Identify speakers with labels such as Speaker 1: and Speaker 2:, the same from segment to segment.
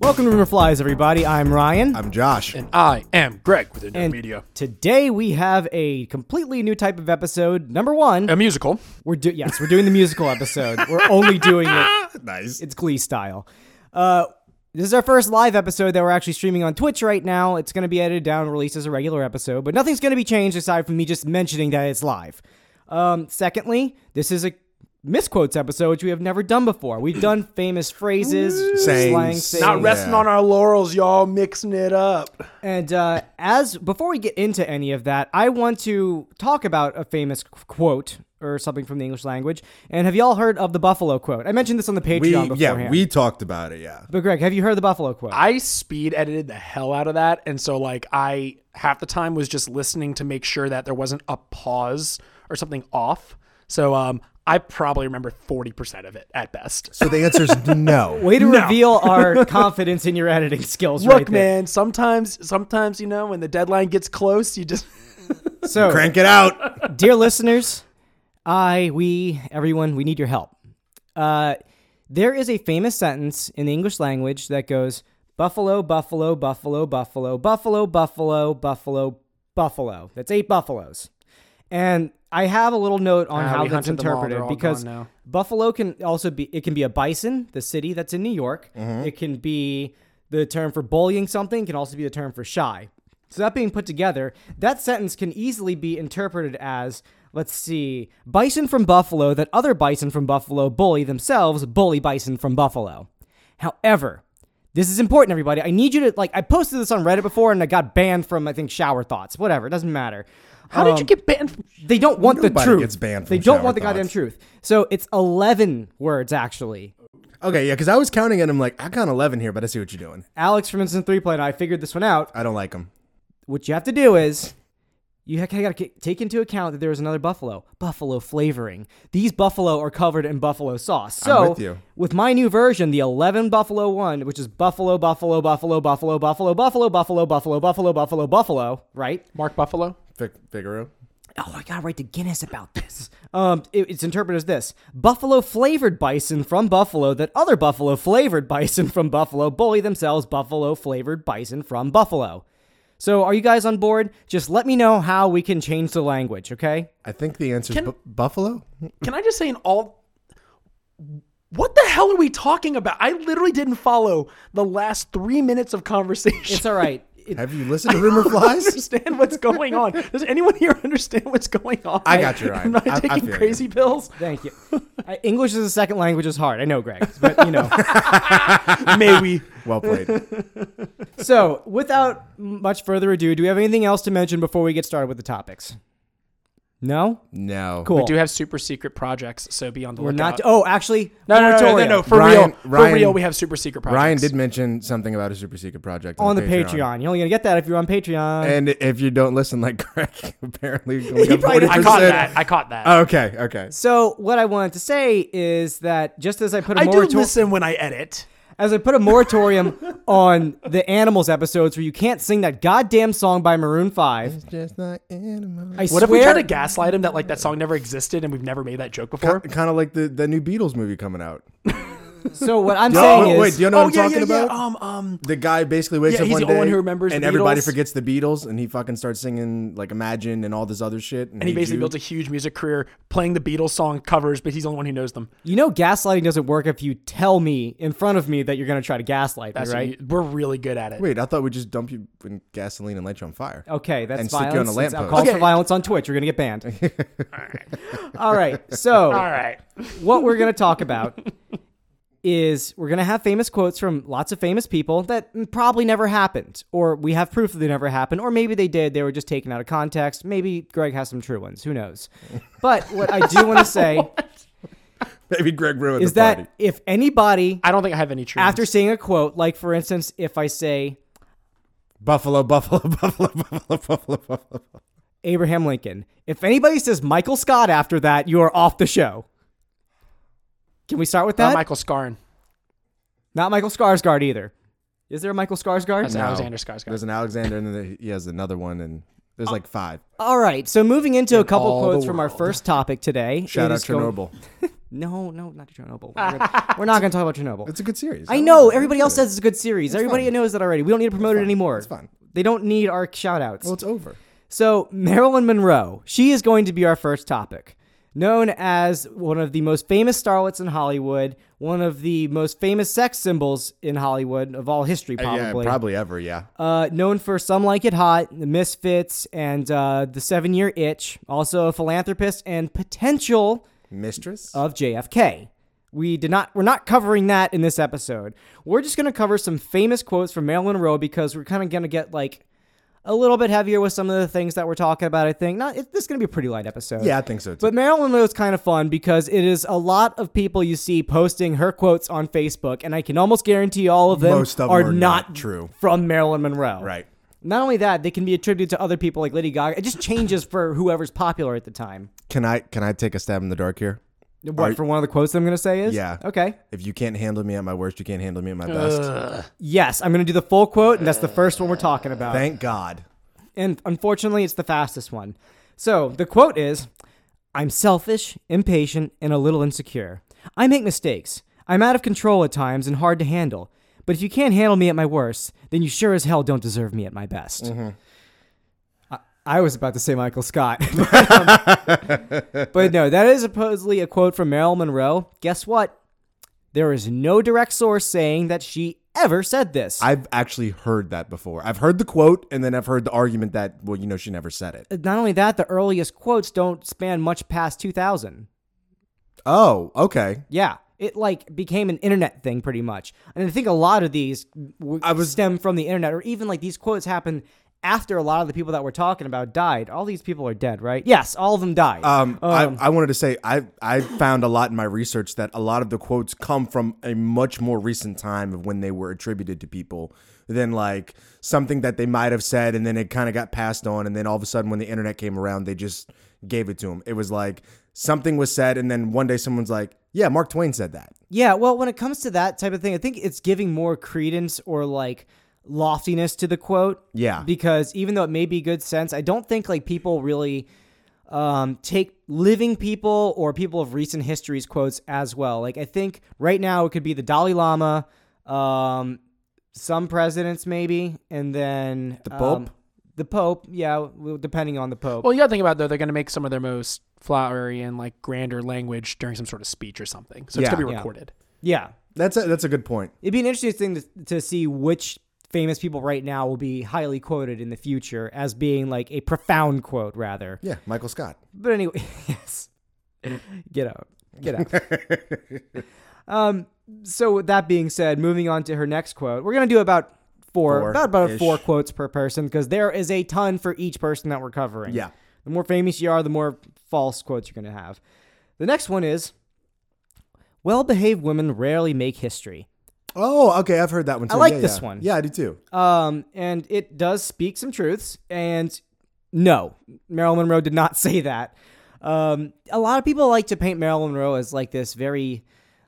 Speaker 1: Welcome to River Flies, everybody. I'm Ryan.
Speaker 2: I'm Josh.
Speaker 3: And I am Greg with Internet Media.
Speaker 1: today we have a completely new type of episode. Number one,
Speaker 3: A musical.
Speaker 1: we're do- yes, we're doing the musical episode. We're only doing it.
Speaker 2: nice.
Speaker 1: It's Glee style. Uh, this is our first live episode that we're actually streaming on Twitch right now. It's going to be edited down and released as a regular episode, but nothing's going to be changed aside from me just mentioning that it's live. Um, secondly, this is a misquotes episode, which we have never done before. We've done famous phrases,
Speaker 2: Sayings.
Speaker 1: slang,
Speaker 2: Not
Speaker 1: sayings.
Speaker 3: Not resting on our laurels, y'all. Mixing it up.
Speaker 1: And uh, as before we get into any of that, I want to talk about a famous qu- quote or something from the English language. And have y'all heard of the buffalo quote? I mentioned this on the Patreon
Speaker 2: We
Speaker 1: beforehand.
Speaker 2: yeah, we talked about it. Yeah,
Speaker 1: but Greg, have you heard the buffalo quote?
Speaker 3: I speed edited the hell out of that. And so, like, I half the time was just listening to make sure that there wasn't a pause or something off. So, um, I probably remember 40% of it at best.
Speaker 2: So the answer is no.
Speaker 1: Way to reveal our confidence in your editing skills, right
Speaker 3: Look,
Speaker 1: there.
Speaker 3: man, sometimes, sometimes, you know, when the deadline gets close, you just.
Speaker 1: So,
Speaker 2: Crank it out.
Speaker 1: dear listeners, I, we, everyone, we need your help. Uh, there is a famous sentence in the English language that goes buffalo, buffalo, buffalo, buffalo, buffalo, buffalo, buffalo, buffalo. That's eight buffaloes. And I have a little note on
Speaker 3: Ah,
Speaker 1: how
Speaker 3: we
Speaker 1: that's
Speaker 3: hunted them all.
Speaker 1: interpreted
Speaker 3: They're all
Speaker 1: because
Speaker 3: gone now.
Speaker 1: buffalo can also be it can be a bison, the city that's in New York. It can be the term for bullying something, it can also be the term for shy. So that being put together, that sentence can easily be interpreted as let's see, bison from Buffalo that other bison from Buffalo bully themselves, bully bison from Buffalo. However, this is important, everybody. I need you to like. I posted this on Reddit before, and I got banned from I think Shower Thoughts. Whatever, it doesn't matter. Um,
Speaker 3: How did you get banned from
Speaker 1: They don't want the
Speaker 2: Nobody
Speaker 1: truth.
Speaker 2: gets banned from
Speaker 1: they don't
Speaker 2: Shower
Speaker 1: want the goddamn
Speaker 2: Thoughts.
Speaker 1: truth. So it's eleven words actually.
Speaker 2: Okay, yeah, because I was counting and I'm like, I count eleven here, but I see what you're doing.
Speaker 1: Alex from Instant Three Play and I figured this one out.
Speaker 2: I don't like them.
Speaker 1: What you have to do is you ha- gotta ca- take into account that there is another buffalo, buffalo flavoring. These buffalo are covered in buffalo sauce. So
Speaker 2: with you.
Speaker 1: with my new version, the eleven buffalo one, which is buffalo, buffalo, buffalo, buffalo, buffalo, buffalo, buffalo, buffalo, buffalo, buffalo, buffalo, right?
Speaker 3: Mark Buffalo?
Speaker 2: Fi- Figaro.
Speaker 1: oh, I gotta write to Guinness about this. um, it- it's interpreted as this: buffalo flavored bison from Buffalo that other buffalo flavored bison from Buffalo bully themselves buffalo flavored bison from Buffalo. So, are you guys on board? Just let me know how we can change the language, okay?
Speaker 2: I think the answer is
Speaker 3: Can-
Speaker 2: bu- Buffalo.
Speaker 3: Can I just say in all what the hell are we talking about? I literally didn't follow the last three minutes of conversation.
Speaker 1: It's all right. It-
Speaker 2: Have you listened to Rumor
Speaker 3: I don't
Speaker 2: Flies?
Speaker 3: understand what's going on. Does anyone here understand what's going on?
Speaker 2: I got you, Ryan.
Speaker 3: I'm not
Speaker 2: I- I
Speaker 3: taking
Speaker 2: feel you.
Speaker 3: crazy pills.
Speaker 1: thank you. Uh, English as a second language is hard. I know, Greg, but you know.
Speaker 3: May we?
Speaker 2: Well played.
Speaker 1: so, without much further ado, do we have anything else to mention before we get started with the topics? No,
Speaker 2: No.
Speaker 1: cool.
Speaker 3: We do have super secret projects, so be on the
Speaker 1: We're
Speaker 3: lookout.
Speaker 1: not. Oh, actually,
Speaker 3: no, no, no, no, no,
Speaker 1: moratorium.
Speaker 3: no, for
Speaker 2: Ryan-
Speaker 3: real,
Speaker 2: Ryan-
Speaker 3: for real, we have super secret projects.
Speaker 2: Ryan did mention something about a super secret project
Speaker 1: on the Patreon. You're only gonna get that if you're on Patreon.
Speaker 2: And if you don't listen, like Greg, apparently you only got
Speaker 1: probably didn't-
Speaker 3: I caught
Speaker 2: 40%.
Speaker 3: that. I caught that.
Speaker 2: Okay, okay.
Speaker 1: so what I wanted to say is that just as I put a
Speaker 3: I do
Speaker 1: moratorium,
Speaker 3: listen when I edit.
Speaker 1: as I put a moratorium on the animals episodes where you can't sing that goddamn song by Maroon Five,
Speaker 2: Just like animals.
Speaker 1: I
Speaker 3: What
Speaker 1: swear
Speaker 3: if we try to gaslight him that like that song never existed and we've never made that joke before?
Speaker 2: kind of like the, the new Beatles movie coming out.
Speaker 1: So what I'm
Speaker 2: Oh,
Speaker 1: saying
Speaker 2: wait,
Speaker 1: is,
Speaker 2: wait, do you know
Speaker 3: oh
Speaker 2: what I'm
Speaker 3: yeah,
Speaker 2: talking
Speaker 3: yeah,
Speaker 2: about?
Speaker 3: yeah. Um, um,
Speaker 2: The guy basically wakes
Speaker 3: Yeah,
Speaker 2: up
Speaker 3: he's
Speaker 2: one
Speaker 3: the
Speaker 2: day
Speaker 3: only one who remembers
Speaker 2: and
Speaker 3: the
Speaker 2: everybody
Speaker 3: Beatles.
Speaker 2: forgets the Beatles, and he fucking starts singing like Imagine and all this other shit.
Speaker 3: and he basically built a huge music career playing the Beatles song covers, but he's the only one who knows them.
Speaker 1: you know, gaslighting doesn't work if you tell me in front of me that you're gonna try to gaslight me,
Speaker 3: That's
Speaker 1: right?
Speaker 3: right. We're really good at it.
Speaker 2: Wait, I thought we'd just dump you in gasoline and light you on fire.
Speaker 3: Oh.
Speaker 1: Okay, that's
Speaker 2: And stick you on
Speaker 1: violence.
Speaker 2: a
Speaker 1: It's-
Speaker 2: lamppost.
Speaker 1: I'll call for
Speaker 3: Okay.
Speaker 1: violence on Twitch. You're gonna get banned. All right. So
Speaker 3: All right.
Speaker 1: what we're going to talk about is we're going to have famous quotes from lots of famous people that probably never happened, or we have proof that they never happened, or maybe they did. They were just taken out of context. Maybe Greg has some true ones. Who knows? But what I do want to say
Speaker 2: Maybe Greg ruined
Speaker 1: is
Speaker 2: the party.
Speaker 1: that if anybody,
Speaker 3: I don't think I have any true.
Speaker 1: after seeing a quote, like for instance, if I say
Speaker 2: Buffalo, Buffalo, Buffalo, Buffalo, Buffalo, Buffalo.
Speaker 1: Abraham Lincoln, if anybody says Michael Scott after that, you are off the show. Can we start with that?
Speaker 3: not Michael Scarn.
Speaker 1: Not Michael Skarsgård either. Is there a Michael Skarsgård?
Speaker 3: That's Alexander Skarsgård.
Speaker 2: There's an Alexander, and then he has another one, and there's like five.
Speaker 3: Oh.
Speaker 1: All right, so moving into a couple
Speaker 2: all the
Speaker 1: quotes from our
Speaker 2: world.
Speaker 1: first topic today.
Speaker 2: Shout
Speaker 1: it
Speaker 2: out
Speaker 1: is going-
Speaker 2: Chernobyl.
Speaker 1: No, no, not Chernobyl. We're, gonna- we're not going to talk about Chernobyl.
Speaker 2: It's a good series.
Speaker 1: I know everybody else says it's a good series. everybody knows that already. We don't need to promote it anymore.
Speaker 2: It's fine.
Speaker 1: They don't need our shout outs.
Speaker 2: Well, it's over.
Speaker 1: So, Marilyn Monroe, she is going to be our first topic. Known as one of the most famous starlets in Hollywood, one of the most famous sex symbols in Hollywood of all history, probably.
Speaker 2: Uh, Yeah, probably ever. Yeah.
Speaker 1: Uh, known for Some Like It Hot, The Misfits, and uh, The Seven Year Itch. Also a philanthropist and potential
Speaker 2: Mistress.
Speaker 3: uh,
Speaker 1: of JFK. We did not we're not covering that in this episode. We're just going to cover some famous quotes from Marilyn Monroe because we're kind of going to get like a little bit heavier with some of the things that we're talking about, I think. Not it, this is going to be a pretty light episode.
Speaker 2: yeah, I think so too.
Speaker 1: But Marilyn Monroe is kind of fun because it is a lot of people you see posting her quotes on Facebook, and I can almost guarantee all of them,
Speaker 2: Most of them
Speaker 1: are,
Speaker 2: are
Speaker 1: not,
Speaker 2: not true.
Speaker 1: from Marilyn Monroe.
Speaker 2: right.
Speaker 1: Not only that, they can be attributed to other people like Lady Gaga. It just changes for whoever's popular at the time.
Speaker 2: Can I can I take a stab in the dark here?
Speaker 1: What for one of the quotes I'm going to say is
Speaker 2: Yeah.
Speaker 1: okay.
Speaker 2: If you can't handle me at my worst, you can't handle me at my best.
Speaker 1: Yes, I'm going to do the full quote, and that's the first one we're talking about.
Speaker 2: Thank God.
Speaker 1: and unfortunately, it's the fastest one. So the quote is I'm selfish, impatient, and a little insecure. I make mistakes. I'm out of control at times and hard to handle. But if you can't handle me at my worst, then you sure as hell don't deserve me at my best. I, I was about to say Michael Scott. um, but no, that is supposedly a quote from Marilyn Monroe. Guess what? There is no direct source saying that she ever said this.
Speaker 2: I've actually heard that before. I've heard the quote, and then I've heard the argument that, well, you know, she never said it.
Speaker 1: not only that, the earliest quotes don't span much past 2000.
Speaker 2: Oh, okay.
Speaker 1: Yeah, it like became an internet thing pretty much, and I think a lot of these w- stem from the internet, or even like these quotes happen after a lot of the people that we're talking about died. All these people are dead, right? Yes, all of them died.
Speaker 2: Um, I, I wanted to say I I found a lot in my research that a lot of the quotes come from a much more recent time of when they were attributed to people than like something that they might have said and then it kind of got passed on and then all of a sudden when the internet came around they just gave it to them. It was like something was said and then one day someone's like, "Yeah, Mark Twain said that."
Speaker 1: yeah, well, when it comes to that type of thing, I think it's giving more credence or like loftiness to the quote.
Speaker 2: Yeah.
Speaker 1: because even though it may be good sense, I don't think like people really um, take living people or people of recent history's quotes as well. Like I think right now it could be the Dalai Lama, um, some presidents maybe, and then the
Speaker 2: Pope?
Speaker 1: the Pope, yeah, w- depending on the Pope.
Speaker 3: Well, you gotta think about though. They're gonna make some of their most flowery and like grander language during some sort of speech or something. So it's
Speaker 2: Yeah.
Speaker 3: gonna be
Speaker 1: Yeah.
Speaker 3: recorded.
Speaker 1: yeah,
Speaker 2: That's a, that's a good point.
Speaker 1: it'd be an interesting thing to, to see which famous people right now will be highly quoted in the future as being like a profound quote rather.
Speaker 2: Yeah, Michael Scott.
Speaker 1: But anyway, yes. Get out. Get out. um, so with that being said, moving on to her next quote, we're gonna do about four,
Speaker 2: Four-ish.
Speaker 1: about about four quotes per person because there is a ton for each person that we're covering.
Speaker 2: Yeah.
Speaker 1: The more famous you are, the more false quotes you're gonna have. The next one is well-behaved women rarely make history.
Speaker 2: Oh, okay, I've heard that one too.
Speaker 1: like
Speaker 2: Yeah,
Speaker 1: this
Speaker 2: yeah.
Speaker 1: one.
Speaker 2: Yeah, I do too.
Speaker 1: Um, and it does speak some truths. And no, Marilyn Monroe did not say that. Um, a lot of people like to paint Marilyn Monroe as like this very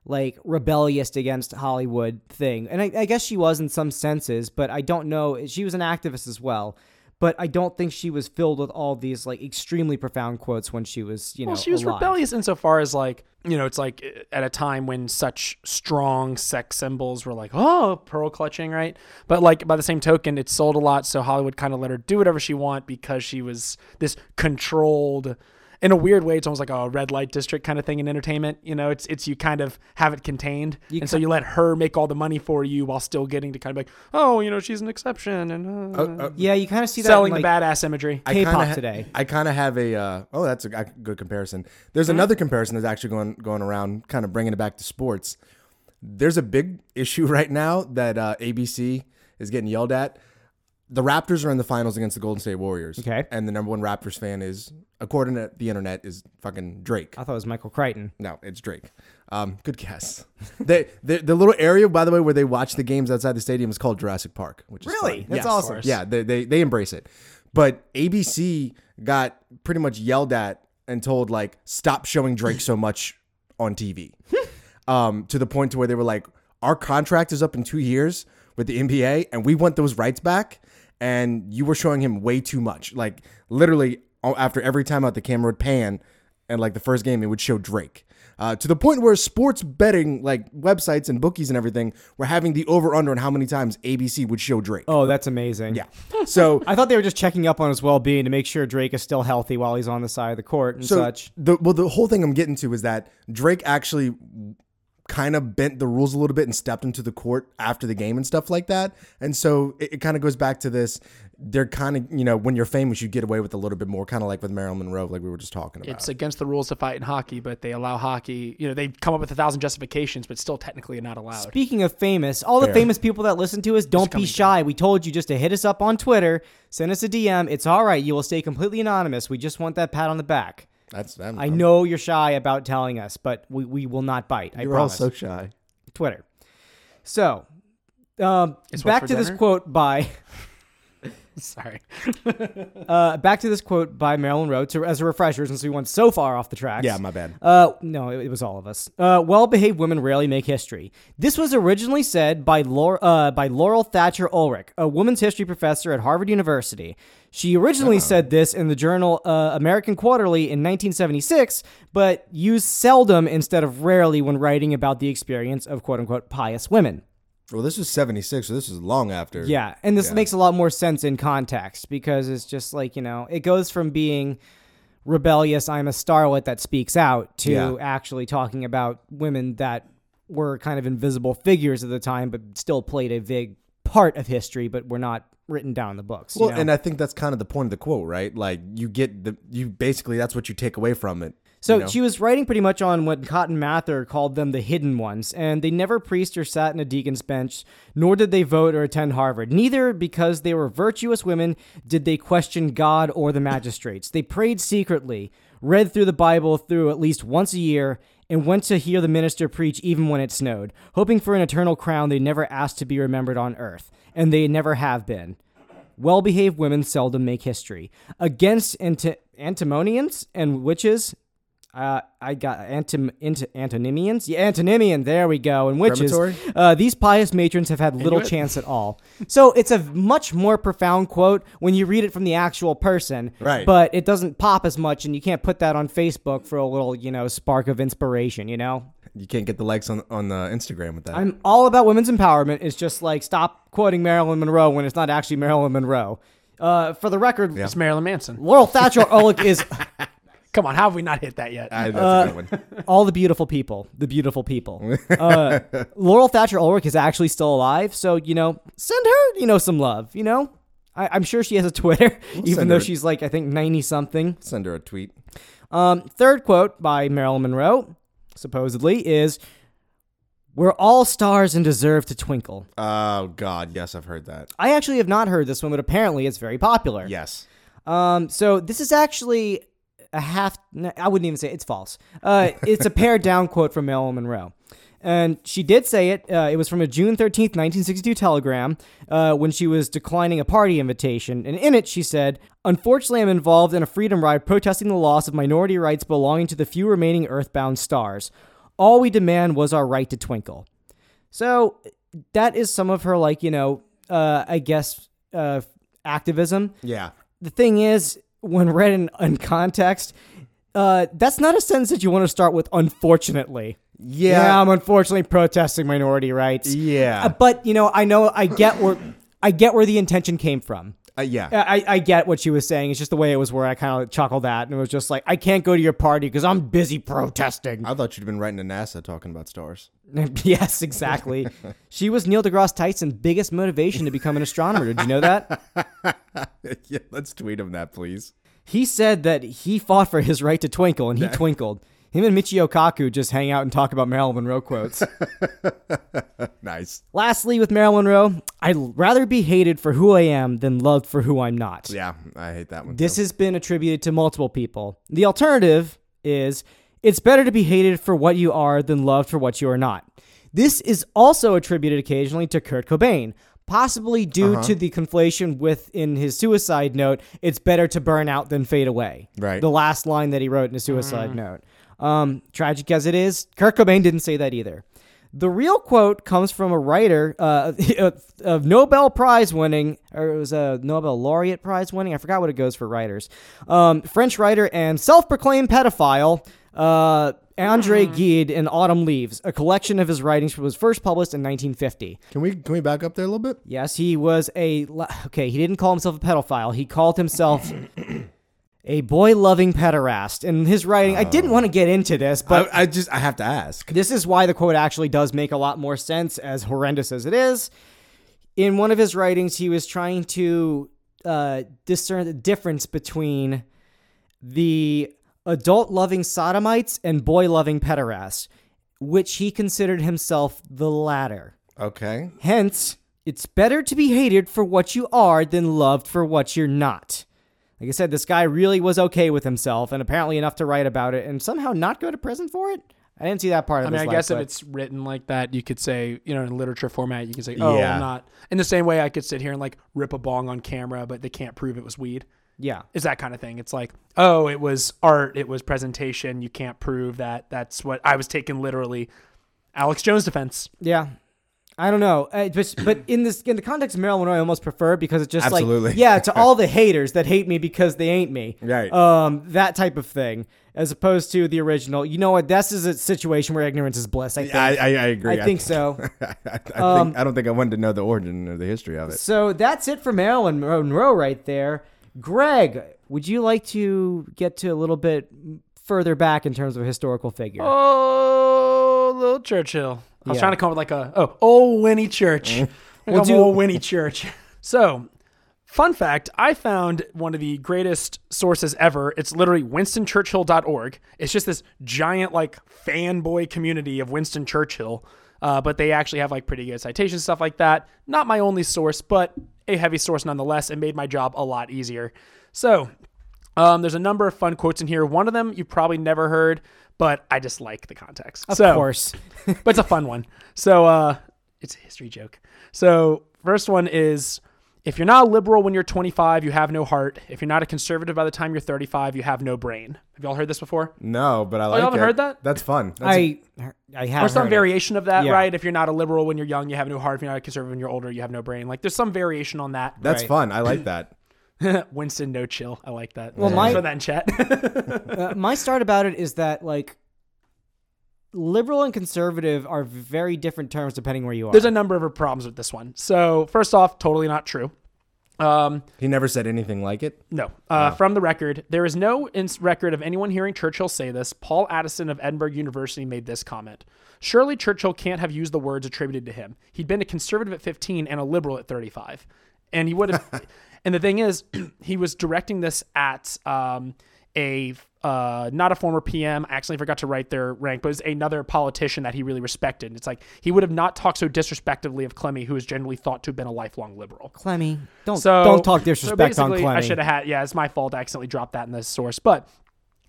Speaker 1: like rebellious against Hollywood thing, and I, I guess she was in some senses, but I don't know. She was an activist as well. But I don't think she was filled with all these like extremely profound quotes when she was, you know,
Speaker 3: Well, she was
Speaker 1: alive.
Speaker 3: rebellious insofar as like you know, it's like uh, at a time when such strong sex symbols were like, oh, pearl clutching, right? But like by the same token, it sold a lot, so Hollywood kind of let her do whatever she want because she was this controlled. In a weird way, it's almost like a red light district kind of thing in entertainment. You know, it's it's you kind of have it contained, and so you let her make all the money for you while still getting to kind of like, oh, you know, she's an exception, and uh,
Speaker 1: Yeah, you kind of Oh, see that in,
Speaker 3: selling
Speaker 1: like,
Speaker 3: the badass imagery.
Speaker 2: Oh, I kinda
Speaker 1: K-pop
Speaker 2: ha-
Speaker 1: today.
Speaker 2: I kind of have a uh, oh, that's a g- good comparison. There's
Speaker 1: Uh-huh.
Speaker 2: another comparison that's actually going going around, kind of bringing it back to sports. There's a big issue right now that uh, ABC is getting yelled at. The Raptors are in the finals against the Golden State Warriors.
Speaker 1: Okay.
Speaker 2: and the number one Raptors fan is, according to the internet, is fucking Drake.
Speaker 1: I thought it was Michael Crichton.
Speaker 2: No, it's Drake. Um, good guess. they, the the little area, by the way, where they watch the games outside the stadium is called Jurassic Park, which is
Speaker 1: Really?
Speaker 2: fun.
Speaker 1: That's
Speaker 2: Yes.
Speaker 1: awesome.
Speaker 3: course.
Speaker 2: Yeah, they, they they embrace it. But ABC got pretty much yelled at and told like stop showing Drake so much on TV. um, to the point to where they were like, our contract is up in two years with the NBA, and we want those rights back. And you were showing him way too much. Like literally, a- after every time out the camera would pan, and like the first game, it would show Drake. Uh, to the point where sports betting like websites and bookies and everything were having the over under on how many times ABC would show Drake.
Speaker 1: Oh, that's amazing. Yeah.
Speaker 2: So
Speaker 1: I thought they were just checking up on his well being to make sure Drake is still healthy while he's on the side of the court and such.
Speaker 2: The, well, the whole thing I'm getting to is that Drake actually kind of bent the rules a little bit and stepped into the court after the game and stuff like that. And so it, it kind of goes back to this. They're kind of, you know, when you're famous, you get away with a little bit more, kind of like with Marilyn Monroe, like we were just talking about.
Speaker 3: It's against the rules to fight in hockey, but they allow hockey. You know, they come up with a thousand justifications, but still technically not allowed.
Speaker 1: Speaking of famous, all the famous people that listen to us, don't be shy. We told you just to hit us up on Twitter, send us a DM. It's all right. You will stay completely anonymous. We just want that pat on the back.
Speaker 2: That's that.
Speaker 1: I know you're shy about telling us, but we, we will not bite. I
Speaker 2: You're all
Speaker 1: promise.
Speaker 2: so shy.
Speaker 1: Twitter. So, um,
Speaker 3: what
Speaker 1: back
Speaker 3: for
Speaker 1: to this
Speaker 3: dinner?
Speaker 1: quote by
Speaker 3: Sorry.
Speaker 1: uh, back to this quote by Marilyn Monroe to, as a refresher since we went so far off the tracks.
Speaker 2: Yeah, my bad.
Speaker 1: Uh, no, it, it was all of us. Uh, well-behaved women rarely make history. This was originally said by Laur- uh, by Laurel Thatcher Ulrich, a women's history professor at Harvard University. She originally said this in the journal uh, American Quarterly in 1976, but used seldom instead of rarely when writing about the experience of quote-unquote pious women.
Speaker 2: Well, this was 76, so this is long after.
Speaker 1: Yeah, and this makes a lot more sense in context because it's just like you know, it goes from being rebellious, I'm a starlet that speaks out, to
Speaker 2: Yeah.
Speaker 1: actually talking about women that were kind of invisible figures at the time, but still played a big part of history, but were not written down in the books. you
Speaker 2: Well,
Speaker 1: know?
Speaker 2: and I think that's kind of the point of the quote, right? Like you get the you basically that's what you take away from it.
Speaker 1: So
Speaker 2: you know?
Speaker 1: she was writing pretty much on what Cotton Mather called them the hidden ones, and they never preached or sat in a deacon's bench, nor did they vote or attend Harvard. Neither, because they were virtuous women, did they question God or the magistrates. They prayed secretly, read through the Bible through at least once a year, and went to hear the minister preach even when it snowed, hoping for an eternal crown they never asked to be remembered on earth, and they never have been. Well behaved women seldom make history. Against anti- antimonians and witches, uh, I got antim, int, antonimians. Yeah, antonimian. There we go. And witches.
Speaker 2: Premonitory?
Speaker 1: Uh, these pious matrons have had little
Speaker 3: it.
Speaker 1: chance at all. So it's a much more profound quote when you read it from the actual person.
Speaker 2: Right.
Speaker 1: But it doesn't pop as much, and you can't put that on Facebook for a little, you know, spark of inspiration. You know,
Speaker 2: you can't get the likes on on the Instagram with that.
Speaker 1: I'm all about women's empowerment. It's just like stop quoting Marilyn Monroe when it's not actually Marilyn Monroe. Uh, for the record,
Speaker 3: It's Marilyn Manson.
Speaker 1: Laurel Thatcher Ulrich is
Speaker 3: Come on, how have we not hit that yet?
Speaker 2: I, that's a good one.
Speaker 1: all the beautiful people. The beautiful people. Uh, Laurel Thatcher Ulrich is actually still alive, so you know, send her you know some love. You know, I, I'm sure she has a Twitter, even
Speaker 2: send
Speaker 1: though
Speaker 2: her-
Speaker 1: she's like I think ninety something.
Speaker 2: Send her a tweet.
Speaker 1: Um, third quote by Marilyn Monroe, supposedly is, "We're all stars and deserve to twinkle."
Speaker 2: Oh God, yes, I've heard that.
Speaker 1: I actually have not heard this one, but apparently it's very popular.
Speaker 2: Yes.
Speaker 1: Um, so this is actually a half. no, I wouldn't even say it's false. Uh, it's a pared down quote from Marilyn Monroe. And she did say it. Uh, it was from a June 13th, 1962 telegram uh, when she was declining a party invitation. And in it, she said, Unfortunately, I'm involved in a freedom ride protesting the loss of minority rights belonging to the few remaining earthbound stars. All we demand was our right to twinkle. So that is some of her, like, you know, uh, I guess, uh, activism
Speaker 2: Yeah.
Speaker 1: the thing is, when read in, in context, uh, that's not a sentence that you want to start with, unfortunately.
Speaker 2: Yeah.
Speaker 1: I'm unfortunately protesting minority rights.
Speaker 2: Yeah.
Speaker 1: um, Uh, but, you know, I know, I get where. I get where the intention came from.
Speaker 2: Uh, yeah.
Speaker 1: I, I get what she was saying. It's just the way it was where I kind of chuckled at, and it was just like, I can't go to your party because I'm busy protesting.
Speaker 2: I thought you'd been writing to NASA talking about stars.
Speaker 1: yes, exactly. she was Neil deGrasse Tyson's biggest motivation to become an astronomer. Did you know that?
Speaker 2: yeah, let's tweet him that, please.
Speaker 1: He said that he fought for his right to twinkle, and he twinkled. Him and Michio Kaku just hang out and talk about Marilyn Monroe quotes.
Speaker 2: Nice.
Speaker 1: Lastly, with Marilyn Monroe, I'd rather be hated for who I am than loved for who I'm not.
Speaker 2: Yeah, I hate that one.
Speaker 1: This has been attributed to multiple people. The alternative is it's better to be hated for what you are than loved for what you are not. This is also attributed occasionally to Kurt Cobain, possibly due to the conflation within his suicide note, it's better to burn out than fade away.
Speaker 2: Right.
Speaker 1: The last line that he wrote in his suicide note. Um, tragic as it is, Kurt Cobain didn't say that either. The real quote comes from a writer uh, of Nobel Prize winning, or it was a Nobel Laureate Prize winning. I forgot what it goes for writers. Um, French writer and self proclaimed pedophile, uh, Andre Gide in Autumn Leaves. A collection of his writings was first published in 1950.
Speaker 2: Can we can we back up there a little bit?
Speaker 1: Yes, he was a. la- Okay, he didn't call himself a pedophile. He called himself a boy loving pederast. In his writing, I didn't want to get into this, but
Speaker 2: I, I just I have to ask.
Speaker 1: this is why the quote actually does make a lot more sense, as horrendous as it is. In one of his writings, he was trying to uh, discern the difference between the adult loving sodomites and boy loving pederasts, which he considered himself the latter.
Speaker 2: Okay.
Speaker 1: Hence, it's better to be hated for what you are than loved for what you're not. Like I said, this guy really was okay with himself and apparently enough to write about it and somehow not go to prison for it. I didn't see that part of
Speaker 3: I
Speaker 1: his
Speaker 3: mean, I
Speaker 1: life,
Speaker 3: guess if
Speaker 1: but-
Speaker 3: it's written like that, you could say, you know, in literature format, you can say, oh,
Speaker 2: Yeah.
Speaker 3: I'm not. In the same way, I could sit here and like rip a bong on camera, but they can't prove it was weed.
Speaker 1: yeah.
Speaker 3: It's that kind of thing. It's like, oh, it was art, it was presentation. You can't prove that. That's what I was taken literally. Alex Jones defense.
Speaker 1: Yeah. I don't know, I just, but in this in the context of Maryland, I almost prefer because it's just
Speaker 2: Absolutely.
Speaker 1: like yeah, to all the haters that hate me because they ain't me,
Speaker 2: Right.
Speaker 1: Um, that type of thing, as opposed to the original. You know what? This is a situation where ignorance is bliss. I think.
Speaker 2: I, I, I agree.
Speaker 1: I think so.
Speaker 2: I, I think I don't think I wanted to know the origin or the history of it.
Speaker 1: So that's it for Marilyn Monroe right there. Greg, would you like to get to a little bit further back in terms of a historical figure?
Speaker 3: Oh, little Churchill. I was
Speaker 1: Yeah.
Speaker 3: trying to come up with like a oh, oh Winnie Church. Like
Speaker 1: We'll
Speaker 3: a
Speaker 1: do-
Speaker 3: old Winnie Church. So, fun fact: I found one of the greatest sources ever. It's literally WinstonChurchill.org. It's just this giant like fanboy community of Winston Churchill. Uh, but they actually have like pretty good citations, stuff like that. Not my only source, but a heavy source nonetheless. It made my job a lot easier. So, um, there's a number of fun quotes in here. One of them you probably never heard, but I just like the context. Of
Speaker 1: of course.
Speaker 3: but it's a fun one. So uh, it's a history joke. So first one is if you're not a liberal when you're 25, you have no heart. If you're not a conservative by the time you're 35, you have no brain. Have y'all heard this before?
Speaker 2: No, but I like.
Speaker 3: haven't
Speaker 2: it.
Speaker 3: heard that?
Speaker 2: That's fun. That's
Speaker 1: I I have
Speaker 3: Or some
Speaker 1: heard it.
Speaker 3: variation of that,
Speaker 1: Yeah.
Speaker 3: right? If you're not a liberal when you're young, you have no heart. If you're not a conservative when you're older, you have no brain. Like there's some variation on that.
Speaker 2: that's
Speaker 1: Right.
Speaker 2: fun. I like that.
Speaker 3: Winston, no chill. I like that.
Speaker 1: Well, my-
Speaker 3: Throw that in chat.
Speaker 1: Uh, my start about it is that like liberal and conservative are very different terms depending where you are.
Speaker 3: there's a number of problems with this one. So first off, totally not true. Um,
Speaker 2: He never said anything like it.
Speaker 3: No. Uh, From the record, there is no ins- record of anyone hearing Churchill say this. Paul Addison of Edinburgh University made this comment. Surely Churchill can't have used the words attributed to him. He'd been a conservative at 15 and a liberal at 35. And he would have. and the thing is, he was directing this at um, a. Uh, not a former PM. I accidentally forgot to write their rank, but it was another politician that he really respected. It's like he would have not talked so disrespectfully of Clemmy, who is generally thought to have been a lifelong liberal.
Speaker 1: Clemmy, don't
Speaker 3: So
Speaker 1: don't talk
Speaker 3: so
Speaker 1: disrespect on
Speaker 3: basically,
Speaker 1: Clemmy.
Speaker 3: I should have had. Yeah, it's my fault. I accidentally dropped that in the source. But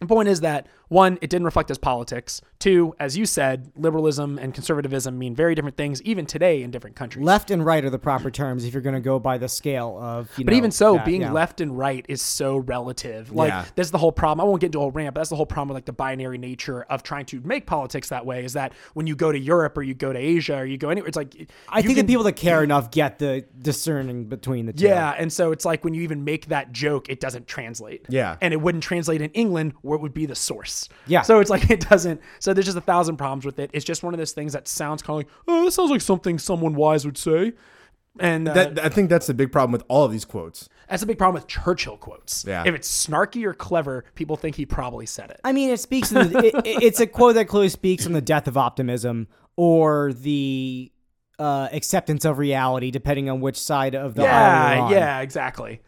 Speaker 3: the point is that one, it didn't reflect his politics. Two, as you said, liberalism and conservatism mean very different things, even today in different countries.
Speaker 1: Left and right are the proper terms if you're going to go by the scale of you
Speaker 3: but
Speaker 1: know,
Speaker 3: even so,
Speaker 1: that,
Speaker 3: being
Speaker 1: yeah.
Speaker 3: left and right is so relative. Like
Speaker 2: Yeah.
Speaker 3: that's the whole problem. I won't get into a whole rant, but that's the whole problem with like the binary nature of trying to make politics that way. Is that when you go to Europe or you go to Asia or you go anywhere, it's like
Speaker 1: I
Speaker 3: you
Speaker 1: think
Speaker 3: can-
Speaker 1: the people that care enough get the discerning between the two.
Speaker 3: Yeah, and so it's like when you even make that joke, it doesn't translate.
Speaker 2: Yeah.
Speaker 3: and it wouldn't translate in England where it would be the source.
Speaker 1: Yeah.
Speaker 3: so it's like it doesn't. So there's just a thousand problems with it. It's just one of those things that sounds kind of like, oh, this sounds like something someone wise would say, and uh,
Speaker 2: That I think that's the big problem with all of these quotes.
Speaker 3: that's a big problem with Churchill quotes.
Speaker 2: Yeah.
Speaker 3: if it's snarky or clever, people think he probably said it.
Speaker 1: I mean, it speaks. In the, it, it- it's a quote that clearly speaks on the death of optimism or the uh, acceptance of reality, depending on which side of the aisle you're
Speaker 3: Yeah,
Speaker 1: on.
Speaker 3: yeah, exactly.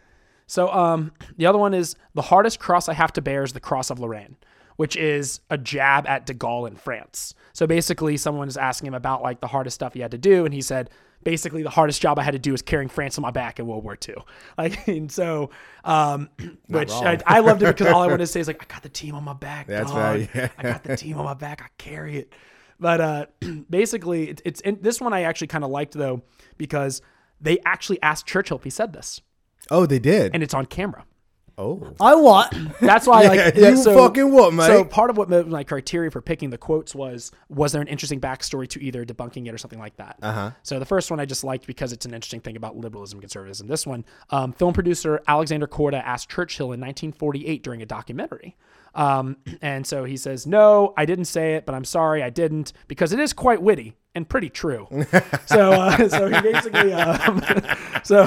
Speaker 3: So um, the other one is the hardest cross I have to bear is the cross of Lorraine, which is a jab at De Gaulle in France. So basically, someone is asking him about like the hardest stuff he had to do, and he said basically the hardest job I had to do was carrying France on my back in World War II. Like, and so, um, which I, I loved it because all I wanted to say is like, I got the team on my back.
Speaker 2: That's
Speaker 3: dog.
Speaker 2: right, yeah.
Speaker 3: I got the team on my back. I carry it. But uh, basically, it, it's in, this one I actually kind of liked though because they actually asked Churchill if he said this,
Speaker 2: Oh, they did.
Speaker 3: and it's on camera.
Speaker 2: Oh.
Speaker 1: I want.
Speaker 3: That's why, like,
Speaker 2: Yeah, you fucking what, mate?
Speaker 3: So part of what mo- my criteria for picking the quotes was, was there an interesting backstory to either debunking it or something like that? Uh-huh. So the first one I just liked because it's an interesting thing about liberalism, conservatism. This one, um, film producer Alexander Korda asked Churchill in 1948 during a documentary. Um, and so he says, no, I didn't say it, but I'm sorry I didn't because it is quite witty and pretty true. so, uh, so he basically, um, so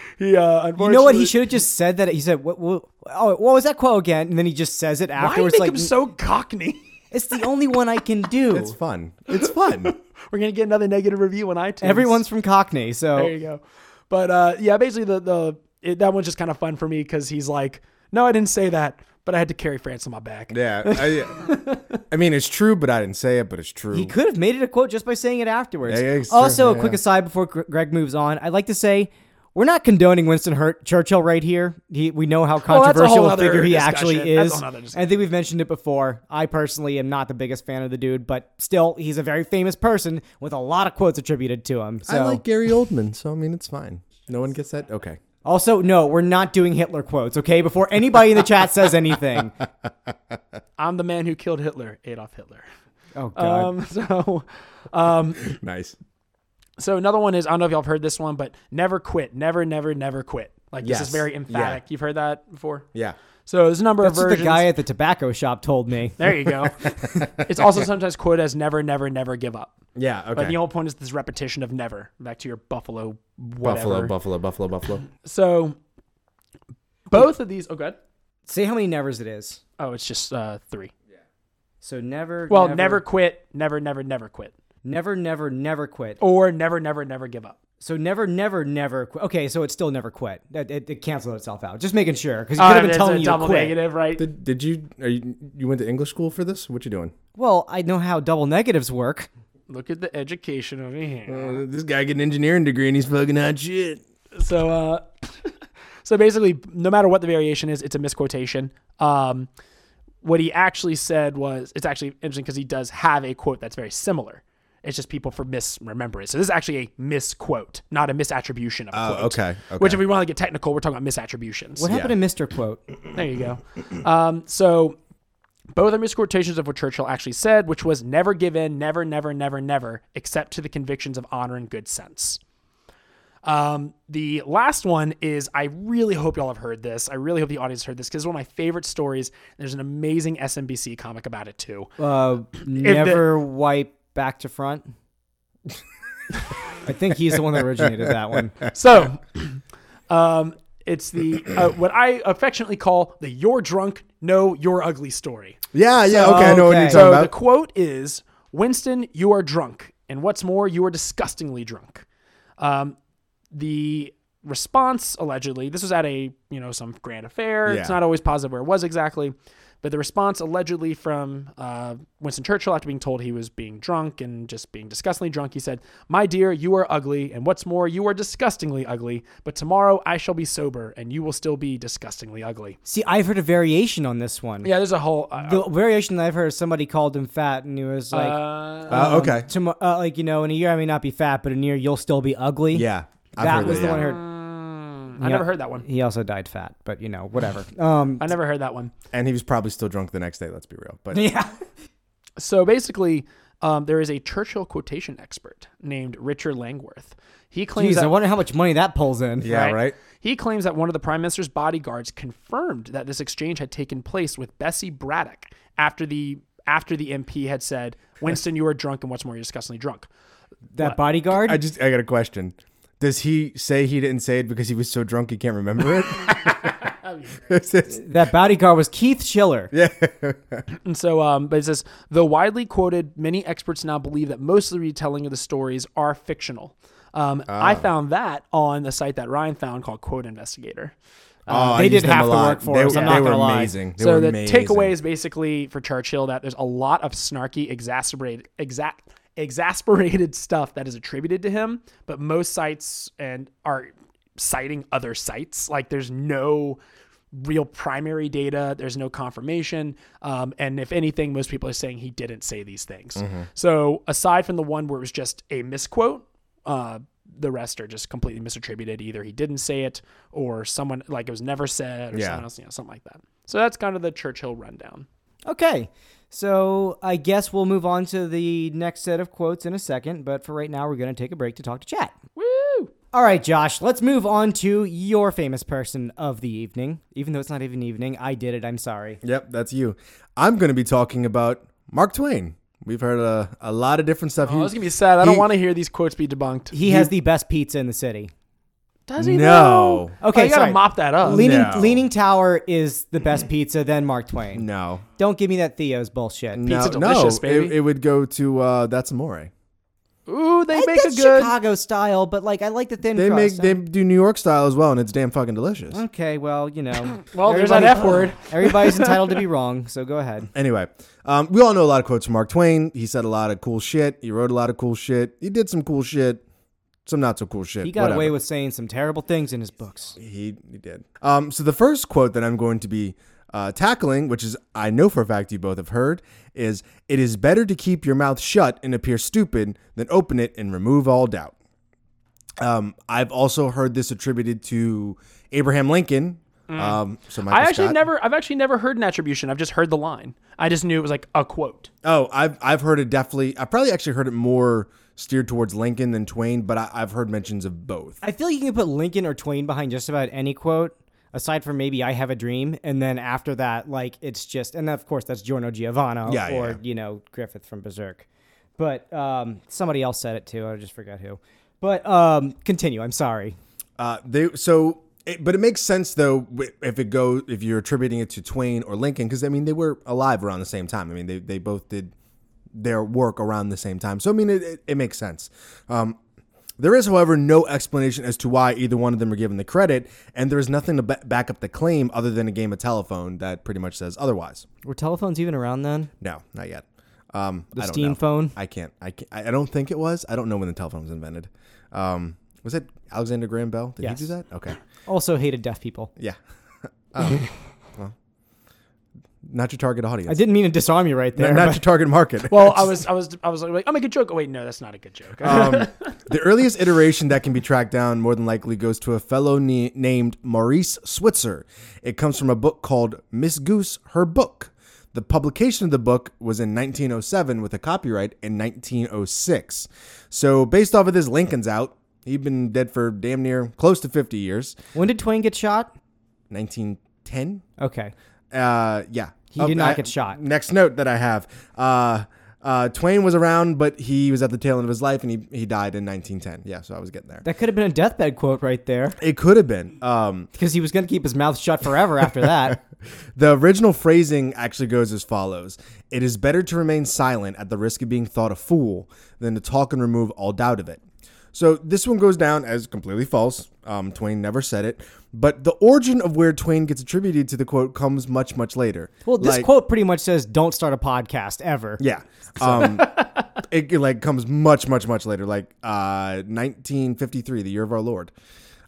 Speaker 3: he, uh, unfortunately,
Speaker 1: You know what? He should have just said that. He said, what, what, "Oh, what was that quote again?" And then he just says it
Speaker 3: Why do you
Speaker 1: afterwards.
Speaker 3: make
Speaker 1: like
Speaker 3: him so cockney?
Speaker 1: it's the only one I can
Speaker 2: It's
Speaker 1: do.
Speaker 2: fun. It's fun.
Speaker 3: We're gonna get another negative review on iTunes.
Speaker 1: Everyone's from Cockney, so
Speaker 3: there you go. But uh, yeah, basically the the it, that one's just kind of fun for me because he's like, no, I didn't say that, but I had to carry France on my back.
Speaker 2: yeah. I, I mean, it's true, but I didn't say it, but it's true.
Speaker 1: He could have made it a quote just by saying it afterwards.
Speaker 2: Yeah, yeah, it's
Speaker 1: also,
Speaker 2: true,
Speaker 1: a quick
Speaker 2: yeah.
Speaker 1: aside before Gre- Greg moves on, I'd like to say we're not condoning Winston Hurt- Churchill right here. He, we know how
Speaker 3: Oh, that's a
Speaker 1: controversial
Speaker 3: whole
Speaker 1: a
Speaker 3: other
Speaker 1: figure he
Speaker 3: discussion.
Speaker 1: actually
Speaker 3: That's a
Speaker 1: is.
Speaker 3: whole other
Speaker 1: I think we've mentioned it before. I personally am not the biggest fan of the dude, but still, he's a very famous person with a lot of quotes attributed to him. So,
Speaker 2: I like Gary Oldman, so I mean, it's fine. No one gets that? Okay.
Speaker 1: also, no, we're not doing Hitler quotes. Okay, before anybody in the chat says anything.
Speaker 3: I'm the man who killed Hitler, Adolf Hitler.
Speaker 1: Oh God,
Speaker 3: Um, so
Speaker 2: Nice.
Speaker 3: so another one is I don't know if y'all have heard this one, but never quit, never, never, never quit. Like this
Speaker 2: Yes.
Speaker 3: is very emphatic. You've heard that before.
Speaker 2: Yeah.
Speaker 3: So there's a number
Speaker 1: that's
Speaker 3: of
Speaker 1: what the
Speaker 3: versions.
Speaker 1: guy at the tobacco shop told me.
Speaker 3: there you go. it's also sometimes quoted as never, never, never give up.
Speaker 2: Yeah. Okay.
Speaker 3: But the whole point is this repetition of never. Back to your Buffalo, whatever.
Speaker 2: buffalo, buffalo, buffalo, buffalo.
Speaker 3: So both of these. Oh, good.
Speaker 1: Say how many nevers it is.
Speaker 3: Oh, it's just uh, three.
Speaker 1: So never.
Speaker 3: Well, never, quit. Never, never, never quit.
Speaker 1: Never, never, never quit.
Speaker 3: Or never, never, never give up.
Speaker 1: So never, never, never quit. Okay, so it's still never quit. It, it, it canceled itself out. Just making sure, because you could have been
Speaker 3: it's
Speaker 1: telling
Speaker 3: Uh, a
Speaker 1: me to
Speaker 3: double
Speaker 1: quit.
Speaker 3: negative, right?
Speaker 2: Did, did you, are you, you went to English school for this? What you doing?
Speaker 1: Well, I know how double negatives work.
Speaker 3: Look at the education over here.
Speaker 2: Uh, this guy get an engineering degree and he's fucking hot shit.
Speaker 3: So, uh, so basically, no matter what the variation is, it's a misquotation. Um, what he actually said was, it's actually interesting because he does have a quote that's very similar. It's just people for misremember it. So this is actually a misquote, not a misattribution of a
Speaker 2: Oh,
Speaker 3: quote.
Speaker 2: okay, okay.
Speaker 3: Which, if we want to get technical, we're talking about misattributions.
Speaker 1: Uh, What happened to Mr. Quote?
Speaker 3: There you go. Um, so both are misquotations of what Churchill actually said, which was never give in, never, never, never, never, except to the convictions of honor and good sense. Um, the last one is I really hope y'all have heard this. I really hope the audience heard this because it's one of my favorite stories. There's an amazing SMBC comic about it too.
Speaker 1: Uh, never wipe back to front. I think he's the one that originated that one.
Speaker 3: So, um, it's the uh, what I affectionately call the "you're drunk, no, you're ugly" story.
Speaker 2: Yeah, yeah. okay, I know what
Speaker 1: okay.
Speaker 2: you're talking
Speaker 1: So
Speaker 3: So
Speaker 2: about.
Speaker 3: the quote is Winston, you are drunk. And what's more, you are disgustingly drunk. Um, the response allegedly this was at a you know some grand affair it's
Speaker 2: Yeah.
Speaker 3: not always positive where it was exactly but the response allegedly from uh, winston churchill after being told he was being drunk and just being disgustingly drunk he said my dear you are ugly and what's more you are disgustingly ugly but tomorrow i shall be sober and you will still be disgustingly ugly
Speaker 1: See, I've heard a variation on this one.
Speaker 3: yeah there's a whole uh,
Speaker 1: The variation that I've heard is somebody called him fat, and he was like,
Speaker 3: uh,
Speaker 2: Uh, okay.
Speaker 1: tomo- uh, like you know, in a year I may not be fat, but in a year you'll still be ugly.
Speaker 2: Yeah. I've
Speaker 1: that
Speaker 2: heard
Speaker 1: was
Speaker 2: that,
Speaker 1: the
Speaker 2: yeah.
Speaker 1: one I heard.
Speaker 3: i never heard that one
Speaker 1: He also died fat, but you know, whatever. Um,
Speaker 3: I never heard that one.
Speaker 2: And he was probably still drunk the next day, let's be real. But
Speaker 1: yeah.
Speaker 3: So basically, um, there is a Churchill quotation expert named Richard Langworth. He claims
Speaker 1: Jeez, I
Speaker 3: that
Speaker 1: wonder how much money that pulls in.
Speaker 2: yeah, right?
Speaker 3: He claims that one of the prime minister's bodyguards confirmed that this exchange had taken place with Bessie Braddock after the after the MP had said, "Winston, you are drunk, and what's more, you're disgustingly drunk."
Speaker 1: That bodyguard?
Speaker 2: I just, I got a question. Does he say he didn't say it because he was so drunk he can't remember it? It's- it's-
Speaker 1: that bodyguard was Keith Schiller. Yeah.
Speaker 3: And so, um, but it says, though widely quoted, many experts now believe that most of the retelling of the stories are fictional. Um,
Speaker 2: Ah.
Speaker 3: I found that on the site that Ryan found called Quote Investigator.
Speaker 2: Oh,
Speaker 1: They
Speaker 2: I
Speaker 1: did
Speaker 2: used them
Speaker 1: half
Speaker 2: a
Speaker 1: the
Speaker 2: lot.
Speaker 1: work for
Speaker 2: they,
Speaker 1: us, I'm
Speaker 2: They
Speaker 1: not
Speaker 2: were
Speaker 1: gonna lie.
Speaker 2: amazing. They
Speaker 3: so
Speaker 2: were
Speaker 3: the
Speaker 2: amazing.
Speaker 3: takeaway is basically for Churchill that there's a lot of snarky, exacerbated, exact, exasperated stuff that is attributed to him, but most sites and are citing other sites. Like there's no real primary data. There's no confirmation, um, and if anything, most people are saying he
Speaker 2: Mm-hmm.
Speaker 3: didn't say these things. So aside from the one where it was just a misquote. Uh, the rest are just completely misattributed. Either he didn't say it, or someone like it was never said, or
Speaker 2: Yeah.
Speaker 3: someone else, you know, something like that. So that's kind of the Churchill rundown.
Speaker 1: Okay. So I guess we'll move on to the next set of quotes in a second, but for right now, we're going to take a break to talk to chat.
Speaker 3: Woo!
Speaker 1: All right, Josh, let's move on to your famous person of the evening. Even though it's not even evening, I did it. I'm sorry.
Speaker 2: Yep, that's you. I'm going to be talking about Mark Twain. We've heard a, a lot of different stuff.
Speaker 3: Oh, I was gonna be sad. I
Speaker 2: he-
Speaker 3: don't want to hear these quotes be debunked.
Speaker 1: He has the best pizza in the city.
Speaker 3: Does
Speaker 2: he, No. though?
Speaker 1: Okay,
Speaker 3: Okay, Oh, you gotta
Speaker 1: sorry.
Speaker 3: mop that up.
Speaker 1: Leaning,
Speaker 2: Oh, No.
Speaker 1: Leaning Tower is the best pizza, then Mark Twain.
Speaker 2: no,
Speaker 1: Don't give me that Theo's bullshit.
Speaker 2: no,
Speaker 3: Pizza
Speaker 2: no.
Speaker 3: delicious, baby.
Speaker 2: It, it would go to uh, that's amore.
Speaker 3: Ooh, they
Speaker 1: I-
Speaker 3: make a
Speaker 1: that's
Speaker 3: good.
Speaker 1: Chicago style, but like I like the thin
Speaker 2: They make
Speaker 1: crust.
Speaker 2: they do New York style as well, and it's damn fucking delicious.
Speaker 3: Mm.
Speaker 1: okay, well, you know.
Speaker 3: Well, there's that
Speaker 1: everybody-
Speaker 3: F word.
Speaker 1: Everybody's entitled to be wrong, so go ahead.
Speaker 2: Anyway, um, we all know a lot of quotes from Mark Twain. He said a lot of cool shit. He wrote a lot of cool shit. He did some cool shit, some not so cool shit.
Speaker 1: He got away with saying some terrible things in his books.
Speaker 2: He, he did. Um, so the first quote that I'm going to be uh, tackling, which is I know for a fact you both have heard, is "It is better to keep your mouth shut and appear stupid than open it and remove all doubt." Um, I've also heard this attributed to Abraham Lincoln. Um, so Michael
Speaker 3: Mm. I actually
Speaker 2: Scott-
Speaker 3: never. I've actually never heard an attribution. I've just heard the line. I just knew it was like a quote.
Speaker 2: Oh, I've I've heard it definitely. I probably actually heard it more steered towards Lincoln than Twain, but I, I've heard mentions of both.
Speaker 1: I feel like you can put Lincoln or Twain behind just about any quote, aside from maybe "I have a dream," and then after that, like it's just, and of course that's Giorno Giovanni
Speaker 2: Yeah, yeah,
Speaker 1: or
Speaker 2: yeah.
Speaker 1: you know Griffith from Berserk, but um, somebody else said it too. I just forgot who. But um, continue. I'm sorry.
Speaker 2: Uh, they so, it, but it makes sense though wi- if it go if you're attributing it to Twain or Lincoln because I mean they were alive around the same time. I mean they they both did their work around the same time, so I mean it it, it makes sense. Um, there is, however, no explanation as to why either one of them are given the credit, and there is nothing to ba- back up the claim other than a game of telephone that pretty much says otherwise.
Speaker 1: Were telephones even around then?
Speaker 2: No, not yet. Um, the I don't
Speaker 1: steam
Speaker 2: know.
Speaker 1: phone?
Speaker 2: I can't. I can't, I I don't think it was. I don't know when the telephone was invented. Um, was it Alexander Graham Bell? Did
Speaker 1: Yes.
Speaker 2: he do that? Okay.
Speaker 1: Also hated deaf people.
Speaker 2: Yeah. Um, well, not your target audience.
Speaker 1: I didn't mean to disarm you right there.
Speaker 2: not
Speaker 1: but-
Speaker 2: your target market.
Speaker 3: Well, I was, I was, I was like, I'll make a joke. Oh wait, no, that's not a good joke.
Speaker 2: um, the earliest iteration that can be tracked down more than likely goes to a fellow ne- named Maurice Switzer. It comes from a book called Miss Goose, Her Book. The publication of the book was in 1907 with a copyright in 1906. So, based off of this, Lincoln's out. He'd been dead for damn near close to 50 years.
Speaker 1: when did Twain get shot?
Speaker 2: 1910?
Speaker 1: Okay.
Speaker 2: Uh, yeah.
Speaker 1: He did not
Speaker 2: I-
Speaker 1: get shot.
Speaker 2: Next note that I have. Uh, uh, Twain was around, but he was at the tail end of his life and he, he died in 1910. Yeah, so I was getting there.
Speaker 1: That could have been a deathbed quote right there
Speaker 2: It could have been. Um,
Speaker 1: because he was going to keep his mouth shut forever after that.
Speaker 2: the original phrasing actually goes as follows It is better to remain silent at the risk of being thought a fool than to talk and remove all doubt of it. So this one goes down as completely false. Um, Twain never said it. But the origin of where Twain gets attributed to the quote comes much, much later.
Speaker 1: Well, this
Speaker 2: Like-
Speaker 1: quote pretty much says, "Don't start a podcast ever."
Speaker 2: Yeah. Um, it, it, like comes much, much, much later, like uh, 1953, the year of our Lord.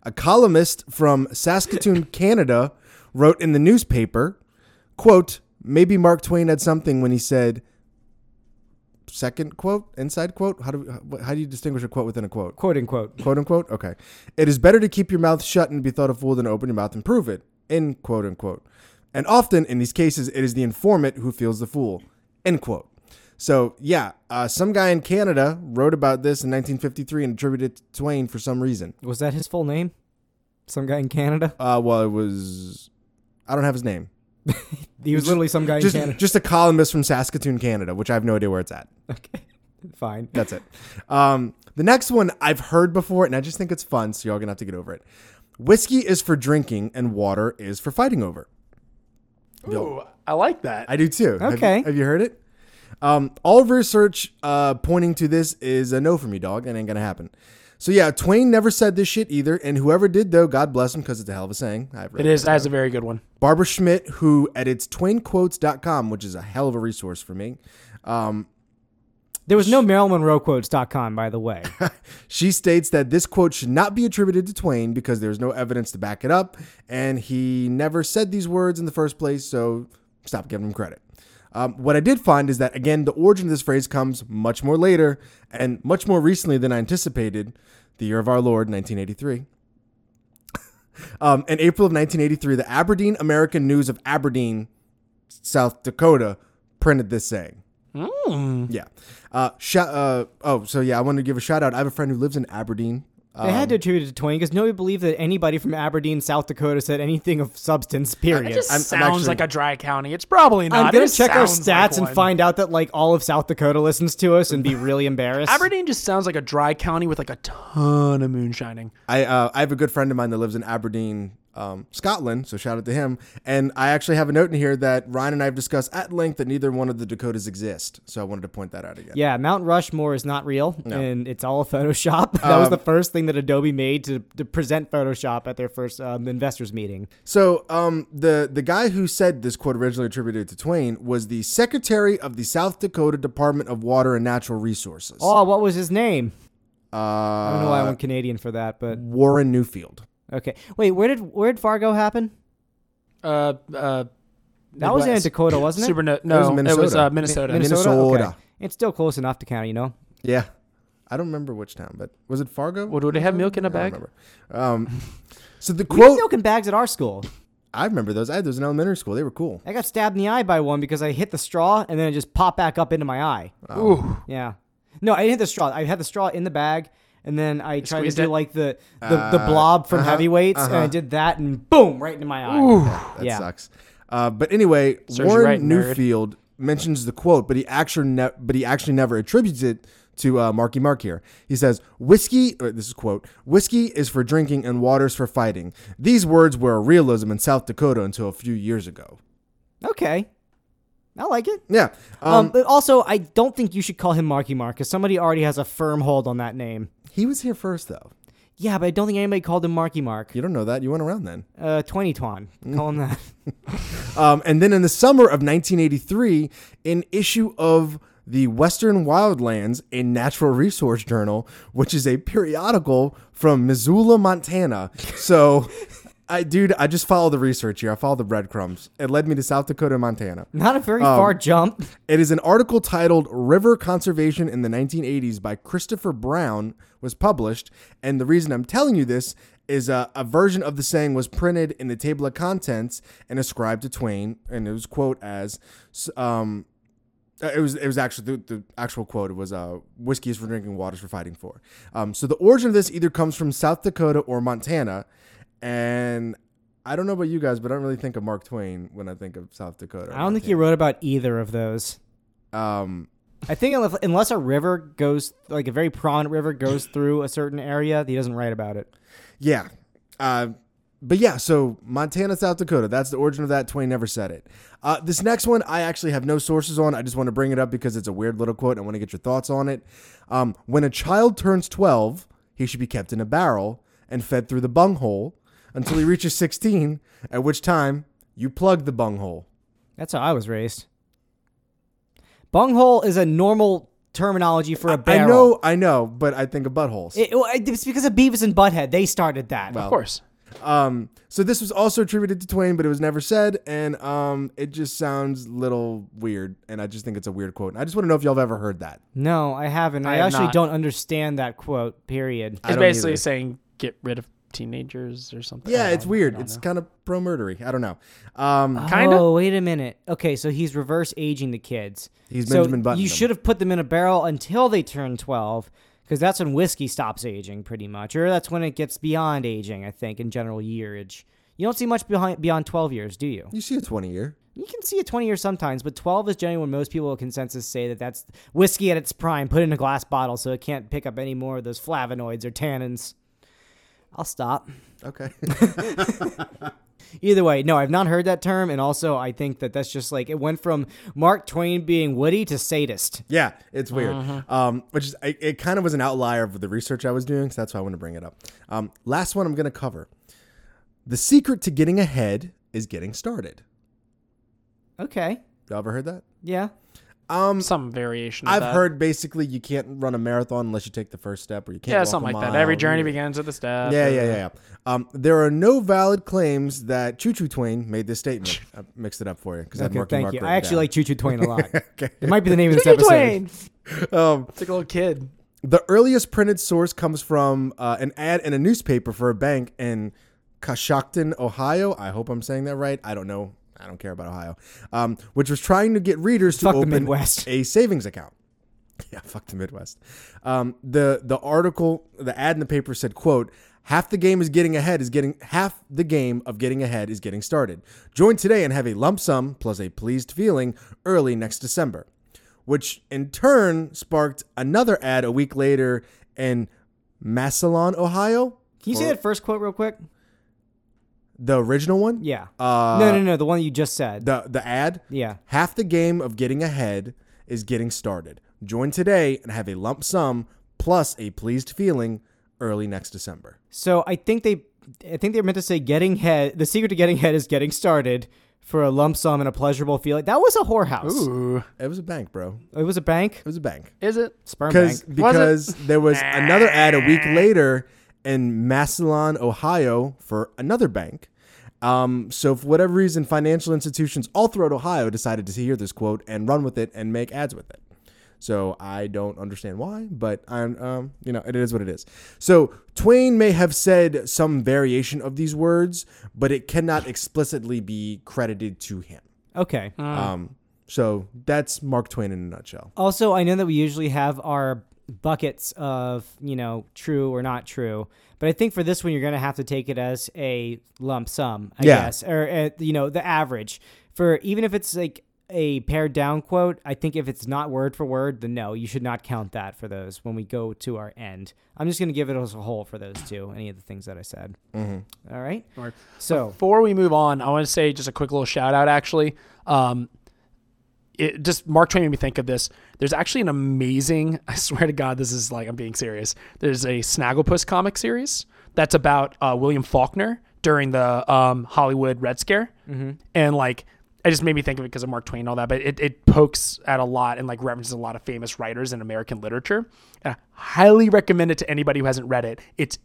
Speaker 2: A columnist from Saskatoon, Canada, wrote in the newspaper, "quote Maybe Mark Twain had something when he said." Second quote, inside quote. How do we, how do you distinguish a quote within a quote?
Speaker 1: Quote unquote.
Speaker 2: quote unquote. Okay. It is better to keep your mouth shut and be thought a fool than to open your mouth and prove it, end quote unquote. And often in these cases, it is the informant who feels the fool, end quote. So, yeah, uh, some guy in Canada wrote about this in 1953 and attributed it to Twain for some reason.
Speaker 1: Was that his full name? Some guy in Canada.
Speaker 2: Uh, well, it was. I don't have his name.
Speaker 1: He was literally some guy
Speaker 2: Just,
Speaker 1: in Canada.
Speaker 2: just a columnist from Saskatoon, Canada, which I have no idea where it's at.
Speaker 1: Okay, fine.
Speaker 2: That's it. Um, the next one I've heard before, and I just think it's fun, so y'all gonna have to get over it. Whiskey is for drinking, and water is for fighting over.
Speaker 3: Ooh, I like that.
Speaker 2: I do too. Have you- Have
Speaker 1: Okay.
Speaker 2: you, heard it? Um, all of research uh, pointing to this is a no for me, dog. That ain't gonna happen. So yeah, Twain never said this shit either, and whoever did though, God bless him, because it's a hell of a saying. I've read
Speaker 3: it is. That's a very good one.
Speaker 2: Barbara Schmidt, who edits TwainQuotes.com, which is a hell of a resource for me. Um,
Speaker 1: There was no Marilyn Monroe quotes.com, by the way.
Speaker 2: She states that this quote should not be attributed to Twain because there's no evidence to back it up, and he never said these words in the first place, so stop giving him credit. Um, what I did find is that, again, the origin of this phrase comes much more later and much more recently than I anticipated. the year of our Lord, 1983. um, in April of 1983, the Aberdeen American News of Aberdeen, South Dakota, printed this saying. Yeah. Uh, sh- uh, oh, so yeah, I wanted to give a shout out. I have a friend who lives in Aberdeen.
Speaker 1: They had
Speaker 3: Um,
Speaker 1: to attribute it to Twain because nobody believed that anybody from Aberdeen, South Dakota, said anything of substance. Period.
Speaker 3: It just
Speaker 2: I'm- I'm
Speaker 3: sounds
Speaker 2: actually-
Speaker 3: like a dry county. It's probably not.
Speaker 1: I'm gonna
Speaker 3: It
Speaker 1: check our
Speaker 3: sounds
Speaker 1: stats
Speaker 3: like
Speaker 1: and
Speaker 3: one.
Speaker 1: find out that like all of South Dakota listens to us and be really embarrassed.
Speaker 3: Aberdeen just sounds like a dry county with like a ton of moon shining.
Speaker 2: I uh, I have a good friend of mine that lives in Aberdeen, um, Scotland. So shout out to him. And I actually have a note in here that Ryan and I have discussed at length that neither one of the Dakotas exist. So I wanted to point that out again.
Speaker 1: yeah, Mount Rushmore is not real, and it's all Photoshop. that was the first thing that Adobe made to, to present Photoshop at their first um, investors meeting.
Speaker 2: So um, the the guy who said this quote originally attributed to Twain was the secretary of the South Dakota Department of Water and Natural Resources.
Speaker 1: Oh, what was his name? I don't know why I
Speaker 2: Uh,
Speaker 1: went Canadian for that, but
Speaker 2: Warren Newfield.
Speaker 1: okay. Wait, where did where did Fargo happen?
Speaker 3: Uh, uh,
Speaker 1: That was in
Speaker 3: Midwest.
Speaker 1: Dakota, wasn't it?
Speaker 3: Super no,
Speaker 2: was
Speaker 3: no it was
Speaker 2: Minnesota.
Speaker 3: uh, Minnesota.
Speaker 1: Min- Minnesota.
Speaker 2: Minnesota.
Speaker 1: Okay. It's still close enough to count, you know.
Speaker 2: Yeah. I don't remember which town, but was it Fargo?
Speaker 3: Well, do they have milk in
Speaker 2: I
Speaker 3: a
Speaker 2: don't
Speaker 3: bag?
Speaker 2: remember. Um, so the
Speaker 1: We had
Speaker 2: quote,
Speaker 1: milk in bags at our school.
Speaker 2: I remember those. I had those in elementary school. They were cool.
Speaker 1: I got stabbed in the eye by one because I hit the straw and then it just popped back up into my eye.
Speaker 3: Ooh,
Speaker 1: Yeah. No, I didn't hit the straw. I had the straw in the bag, and then I tried to
Speaker 3: squeezed
Speaker 1: do
Speaker 3: it?
Speaker 1: like the the, the blob from heavyweights, and I did that, and boom, right into my eye.
Speaker 2: That
Speaker 1: yeah.
Speaker 2: sucks. Uh, but anyway,
Speaker 3: Serves you
Speaker 2: Warren
Speaker 3: right, nerd.
Speaker 2: Newfield mentions the quote, but he actually ne- but he actually never attributes it to uh, Marky Mark here. He says, "Whiskey, or this is quote, whiskey is for drinking and water's for fighting." These words were a realism in South Dakota until a few years ago.
Speaker 1: Okay. I like it.
Speaker 2: Yeah. Um,
Speaker 1: Um, but also, I don't think you should call him Marky Mark because somebody already has a firm hold on that name.
Speaker 2: he was here first though.
Speaker 1: Yeah, but I don't think anybody called him Marky Mark.
Speaker 2: You don't know that. You went around then.
Speaker 1: Uh, Twenty Twan. Call him that.
Speaker 2: Um, and then in the summer of 1983, an issue of the Western Wildlands and Natural Resource Journal, which is a periodical from Missoula, Montana. So, I dude, I just follow the research here. I follow the breadcrumbs. It led me to South Dakota, Montana.
Speaker 1: Not a very far jump.
Speaker 2: It is an article titled River Conservation in the 1980s by Christopher Brown was published. And the reason I'm telling you this is uh, a version of the saying was printed in the table of contents and ascribed to Twain. And it was quote as, s- um, uh, it was it was actually the, the actual quote was uh whiskey is for drinking waters for fighting for um so the origin of this either comes from south dakota or montana and i don't know about you guys but i don't really think of mark twain when i think of south dakota or
Speaker 1: I don't think
Speaker 2: Montana.
Speaker 1: he wrote about either of those.
Speaker 2: um
Speaker 1: I think unless, unless a river goes, like a very prominent river goes through a certain area, he doesn't write about it.
Speaker 2: Yeah. Uh, but yeah, so Montana, South Dakota, that's the origin of that. Twain never said it. Uh, this next one, I actually have no sources on. I just want to bring it up because it's a weird little quote. And I want to get your thoughts on it. Um, when a child turns 12, he should be kept in a barrel and fed through the bunghole until he reaches 16, at which time you plug the bunghole.
Speaker 1: That's how I was raised. Bunghole is a normal terminology for a barrel.
Speaker 2: I know, I know, but I think of buttholes.
Speaker 1: It- well, it- it's because of Beavis and Butthead. They started that.
Speaker 2: Oh.
Speaker 3: of course.
Speaker 2: Um, so this was also attributed to Twain, but it was never said, and um, it just sounds little weird, and I just think it's a weird quote. And I just want to know if y'all have ever heard that.
Speaker 1: No, I haven't. I,
Speaker 3: have
Speaker 1: actually
Speaker 3: not.
Speaker 1: don't understand that quote, period.
Speaker 2: I
Speaker 3: It's
Speaker 2: don't
Speaker 3: basically
Speaker 2: either.
Speaker 3: saying get rid of teenagers or something. Um, I
Speaker 2: Yeah,
Speaker 3: don't-
Speaker 2: it's weird.
Speaker 3: I don't
Speaker 2: Um, It's
Speaker 3: know.
Speaker 2: kind of pro murdery. I don't know. Um,
Speaker 3: kinda.
Speaker 1: Oh, wait a minute. Okay, so he's reverse aging the kids.
Speaker 2: He's
Speaker 1: so
Speaker 2: Benjamin Button
Speaker 1: You
Speaker 2: them.
Speaker 1: should have put them in a barrel until they turn 12, because that's when whiskey stops aging, pretty much. Or that's when it gets beyond aging, I think, in general yearage. You don't see much behind, beyond 12 years, do you?
Speaker 2: you see a twenty year.
Speaker 1: You can see a 20 year sometimes, but 12 is generally when most people of consensus say that that's whiskey at its prime, put in a glass bottle so it can't pick up any more of those flavonoids or tannins. I'll stop.
Speaker 2: Okay.
Speaker 1: Either way, no, I've not heard that term, and also I think that that's just like it went from Mark Twain being Woody to sadist.
Speaker 2: yeah, it's weird. Um, which is it, it kind of was an outlier of the research I was doing, so that's why I want to bring it up. Um, last one I'm going to cover. The secret to getting ahead is getting started.
Speaker 1: Okay,
Speaker 2: Y'all ever heard that?
Speaker 1: yeah.
Speaker 2: Um,
Speaker 3: some variation. Of
Speaker 2: I've
Speaker 3: that.
Speaker 2: heard basically you can't run a marathon unless you take the first step, or you can't.
Speaker 3: Yeah,
Speaker 2: walk
Speaker 3: something
Speaker 2: a
Speaker 3: like that.
Speaker 2: mile.
Speaker 3: Every journey begins at the step.
Speaker 2: Yeah, yeah, yeah. yeah. Um, there are no valid claims that Choo Choo Twain made this statement. I mixed it up for you because I'm
Speaker 1: Okay,
Speaker 2: working.
Speaker 1: thank
Speaker 2: Mark
Speaker 1: you.
Speaker 2: written
Speaker 1: I actually
Speaker 2: down.
Speaker 1: like Choo Choo Twain a lot.
Speaker 2: Okay.
Speaker 1: It might be the name of this
Speaker 3: Choo-choo
Speaker 1: episode.
Speaker 3: Twain.
Speaker 2: Um,
Speaker 3: It's like a little kid.
Speaker 2: The earliest printed source comes from uh, an ad in a newspaper for a bank in Coshocton, Ohio. I hope I'm saying that right. I don't know. I don't care about Ohio. Um, which was trying to get readers to
Speaker 1: Fuck the
Speaker 2: open
Speaker 1: Midwest.
Speaker 2: a savings account. Yeah, fuck the Midwest. Um, the the article, the ad in the paper said, "quote Half the game is getting ahead is getting half the game of getting ahead is getting started. Join today and have a lump sum plus a pleased feeling early next December," which in turn sparked another ad a week later in Massillon, Ohio.
Speaker 1: Can you say that first quote real quick?
Speaker 2: The original one,
Speaker 1: Yeah.
Speaker 2: Uh,
Speaker 1: no, no, no. The one you just said.
Speaker 2: the the ad.
Speaker 1: yeah.
Speaker 2: Half the game of getting ahead is getting started. Join today and have a lump sum plus a pleased feeling early next December.
Speaker 1: So I think they, I think they were meant to say getting head. The secret to getting head is getting started for a lump sum and a pleasurable feeling. That was a whorehouse.
Speaker 3: Ooh,
Speaker 2: It was a bank, bro.
Speaker 1: It was a bank,
Speaker 2: It was a bank.
Speaker 3: is it?
Speaker 1: sperm
Speaker 2: Because
Speaker 1: bank.
Speaker 2: because there was another ad a week later in Massillon, Ohio, for another bank. Um, so for whatever reason, financial institutions all throughout Ohio decided to hear this quote and run with it and make ads with it. So I don't understand why, but I'm, um, you know, it is what it is. So Twain may have said some variation of these words, but it cannot explicitly be credited to him.
Speaker 1: Okay.
Speaker 2: Um, so that's Mark Twain in a nutshell.
Speaker 1: Also, I know that we usually have our buckets of, you know, true or not true, but I think for this one, you're going to have to take it as a lump sum, I
Speaker 2: Yeah.
Speaker 1: guess, or, uh, you know, the average. For even if it's like a pared down quote, I think if it's not word for word, then no, you should not count that for those when we go to our end. I'm just going to give it as a whole for those two, any of the things that I said.
Speaker 3: Mm-hmm.
Speaker 1: All right. So,
Speaker 3: Before we move on, I want to say just a quick little shout out. Actually, um, it just Mark Twain made me think of this. There's actually an amazing. I swear to God, this is like I'm being serious. There's a Snagglepuss comic series that's about uh, William Faulkner during the um, Hollywood Red Scare, and like. It just made me think of it because of Mark Twain and all that, but it, it pokes at a lot and like references a lot of famous writers in American literature. And I highly recommend it to anybody who hasn't read it. It's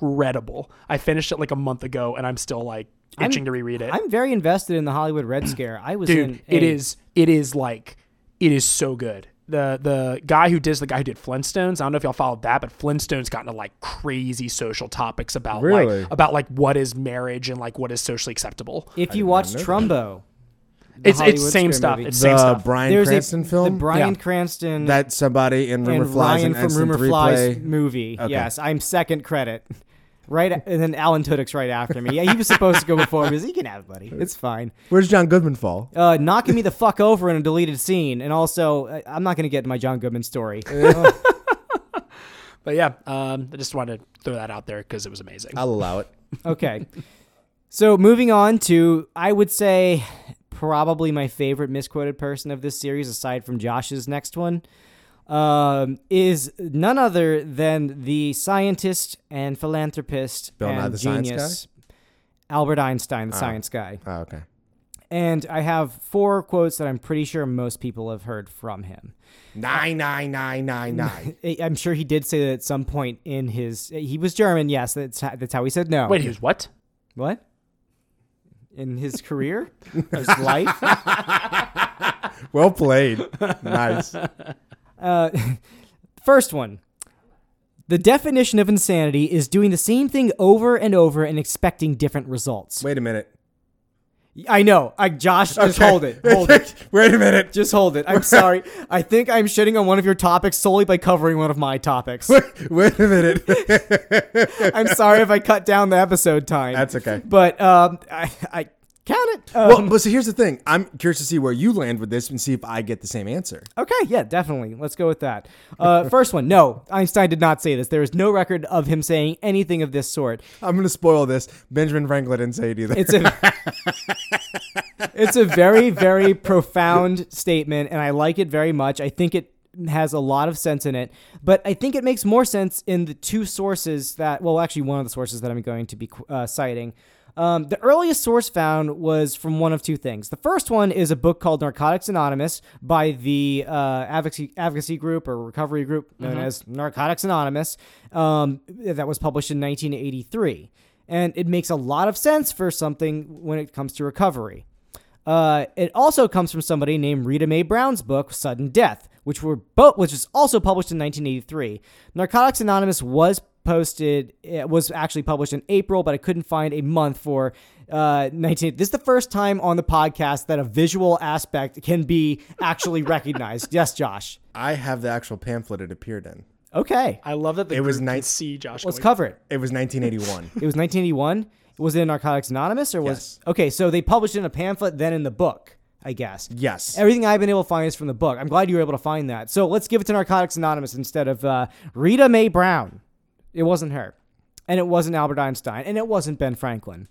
Speaker 3: incredible. I finished it like a month ago and I'm still like itching to reread it
Speaker 1: I'm very invested in the Hollywood Red Scare. I was
Speaker 3: dude
Speaker 1: in.
Speaker 3: it
Speaker 1: a-
Speaker 3: is it is like it is so good the the guy who did the guy who did flintstones i don't know if y'all followed that but flintstones got into like crazy social topics about
Speaker 2: Really?
Speaker 3: like about like what is marriage and like what is socially acceptable
Speaker 1: If you watch Trumbo,
Speaker 3: it's it's
Speaker 1: Hollywood
Speaker 3: same
Speaker 1: Scare
Speaker 3: stuff
Speaker 1: movie.
Speaker 3: it's same
Speaker 2: The
Speaker 3: stuff
Speaker 2: Brian
Speaker 1: there's
Speaker 2: Uh, Cranston
Speaker 1: a
Speaker 2: film.
Speaker 1: the Brian
Speaker 3: Yeah.
Speaker 1: Cranston
Speaker 2: that somebody in Rumor
Speaker 1: and
Speaker 2: Flies
Speaker 1: Ryan
Speaker 2: and
Speaker 1: from
Speaker 2: Instant
Speaker 1: Rumor
Speaker 2: Three
Speaker 1: Flies
Speaker 2: Play.
Speaker 1: movie. Yes, I'm second credit. Right, and then Alan Tudyk's right after me. Yeah, he was supposed to go before me. He was like, You can have it, buddy. It's fine.
Speaker 2: Where's John Goodman fall?
Speaker 1: Uh, knocking me the fuck over in a deleted scene, and also I- I'm not going to get into my John Goodman story. Uh,
Speaker 3: but yeah um i just wanted to throw that out there because it was amazing
Speaker 2: I'll allow it.
Speaker 1: okay, so moving on to I would say probably my favorite misquoted person of this series, aside from Josh's next one, um, is none other than the scientist and philanthropist
Speaker 2: Bill Nye
Speaker 1: and
Speaker 2: the Science
Speaker 1: genius Albert Einstein, the science guy.
Speaker 2: Oh, okay.
Speaker 1: And I have four quotes that I'm pretty sure most people have heard from him.
Speaker 2: Nine nine nine nine nine.
Speaker 1: I- I'm sure he did say that at some point in his. He was German, yes. That's how, that's how he said no.
Speaker 3: wait who's what
Speaker 1: what? In his career, his life.
Speaker 2: well played. Nice.
Speaker 1: Uh, first one. The definition of insanity is doing the same thing over and over and expecting different results.
Speaker 2: Wait a minute.
Speaker 1: I know. I Josh, just hold it. Hold it.
Speaker 2: Wait a minute.
Speaker 1: Just hold it. I'm sorry. I think I'm shitting on one of your topics solely by covering one of my topics.
Speaker 2: Wait a minute.
Speaker 1: I'm sorry if I cut down the episode time.
Speaker 2: That's okay.
Speaker 1: But um, I, I count it. Um,
Speaker 2: Well, but so here's the thing. I'm curious to see where you land with this and see if I get the same answer.
Speaker 1: okay, yeah, definitely. Let's go with that. Uh, first one. No, Einstein did not say this. There is no record of him saying anything of this sort.
Speaker 2: I'm gonna spoil this. Benjamin Franklin didn't say it either.
Speaker 1: It's a it's a very very profound statement, and I like it very much. I think it has a lot of sense in it, but I think it makes more sense in the two sources that well, actually one of the sources that I'm going to be uh, citing. Um, the earliest source found was from one of two things. The first one is a book called Narcotics Anonymous by the uh, advocacy, advocacy group or recovery group known as Narcotics Anonymous um, that was published in 1983 and it makes a lot of sense for something when it comes to recovery. Uh, it also comes from somebody named Rita Mae Brown's book Sudden Death, which were both which was also published in 1983. Narcotics Anonymous was posted it was actually published in April, but I couldn't find a month for uh 19. This is the first time on the podcast that a visual aspect can be actually recognized. Yes, Josh.
Speaker 2: I have the actual pamphlet it appeared in.
Speaker 1: Okay.
Speaker 3: I love that the
Speaker 2: It was
Speaker 3: group
Speaker 2: nice-
Speaker 3: could see Josh.
Speaker 1: Let's
Speaker 3: going-
Speaker 1: cover it.
Speaker 2: It was 1981.
Speaker 1: It was 1981. Was it in Narcotics Anonymous or was
Speaker 2: Yes.
Speaker 1: okay? So they published it in a pamphlet, then in the book, I guess.
Speaker 2: yes.
Speaker 1: Everything I've been able to find is from the book. I'm glad you were able to find that. So let's give it to Narcotics Anonymous instead of uh, Rita Mae Brown. It wasn't her, and it wasn't Albert Einstein, and it wasn't Ben Franklin,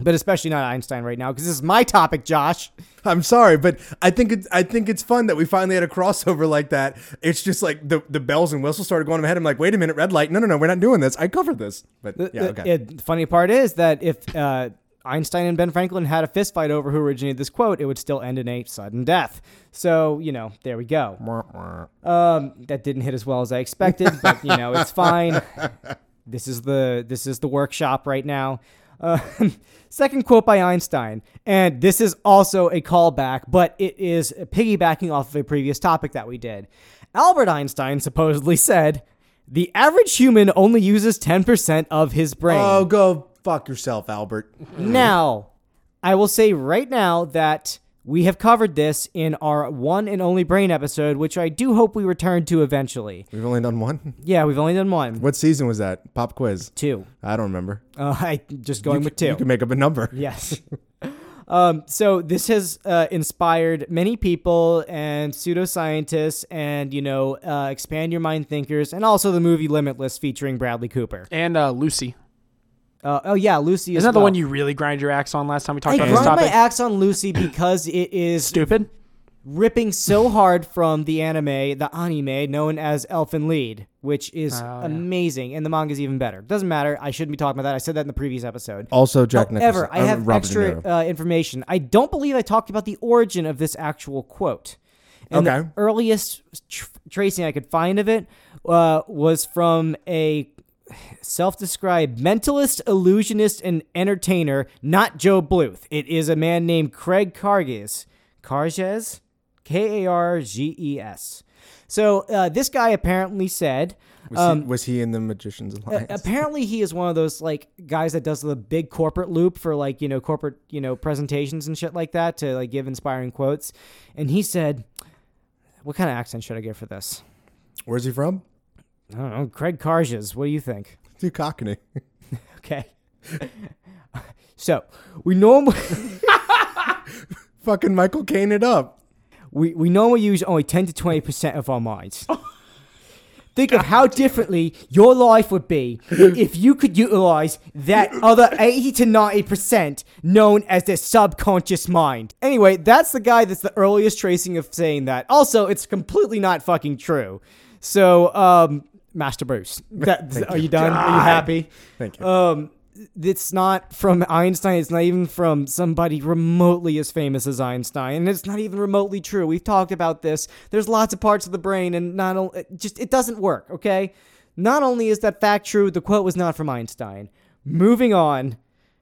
Speaker 1: but especially not Einstein right now because this is my topic, Josh.
Speaker 2: I'm sorry, but I think it's I think it's fun that we finally had a crossover like that. It's just like the, the bells and whistles started going in my head. I'm like, wait a minute, red light. No, no, no, we're not doing this. I covered this. But yeah,
Speaker 1: The-
Speaker 2: okay.
Speaker 1: Uh, it- the funny part is that if uh, Einstein and Ben Franklin had a fist fight over who originated this quote, it would still end in a sudden death. So you know, there we go. Um, that didn't hit as well as I expected, but you know, it's fine. This is the this is the workshop right now. Uh, second quote by Einstein, and this is also a callback, but it is piggybacking off of a previous topic that we did. Albert Einstein supposedly said, "The average human only uses ten percent of his brain."
Speaker 2: oh, go fuck yourself, Albert.
Speaker 1: Now, I will say right now that we have covered this in our one and only brain episode, which I do hope we return to eventually.
Speaker 2: We've only done one.
Speaker 1: Yeah, we've only done one,
Speaker 2: What season was that? Pop quiz.
Speaker 1: two.
Speaker 2: I don't remember.
Speaker 1: Uh, I just going with two.
Speaker 2: You can make up a number.
Speaker 1: Yes. um, so this has uh, inspired many people and pseudoscientists and, you know, uh, expand your mind thinkers and also the movie Limitless featuring Bradley Cooper.
Speaker 3: And uh, Lucy.
Speaker 1: Uh, oh, yeah, Lucy
Speaker 3: Isn't that the one you really grind your axe on last time we talked
Speaker 1: I
Speaker 3: about this
Speaker 1: grind my
Speaker 3: topic?
Speaker 1: axe on Lucy because it is
Speaker 3: Stupid.
Speaker 1: ripping so hard from the anime, the anime known as Elfin Lead, which is
Speaker 3: Oh,
Speaker 1: amazing, and the manga's even better. Doesn't matter. I shouldn't be talking about that. I said that in the previous episode.
Speaker 2: Also, Jack Nicholson.
Speaker 1: However, I have
Speaker 2: Robert De
Speaker 1: extra
Speaker 2: Niro.
Speaker 1: uh, information. I don't believe I talked about the origin of this actual quote. And
Speaker 2: Okay.
Speaker 1: the earliest tr- tracing I could find of it uh, was from a self-described mentalist, illusionist, and entertainer, not Joe Bluth. It is a man named Craig Carges. Carges? K-A-R-G-E-S. E So uh, this guy apparently said...
Speaker 2: Was,
Speaker 1: um,
Speaker 2: he, was he in the Magician's Alliance?
Speaker 1: Apparently, he is one of those like guys that does the big corporate loop for like you know corporate you know presentations and shit like that to like give inspiring quotes. And he said, "What kind of accent should I give for this?"
Speaker 2: Where's he from?
Speaker 1: I don't know. Craig Carges. What do you think?
Speaker 2: Too Cockney.
Speaker 1: Okay. so we normally
Speaker 2: Fucking Michael Caine it up.
Speaker 1: we, we normally use only ten to twenty percent of our minds. Think of how differently your life would be if you could utilize that other 80 to 90% known as the subconscious mind. Anyway, that's the guy that's the earliest tracing of saying that. Also, it's completely not fucking true. So, um, Master Bruce, that, are you done? Are you happy?
Speaker 2: Thank you.
Speaker 1: Um, it's not from Einstein. It's not even from somebody remotely as famous as Einstein, and it's not even remotely true. We've talked about this. There's lots of parts of the brain, and not only it just it doesn't work. Okay, not only is that fact true, the quote was not from Einstein. Moving on,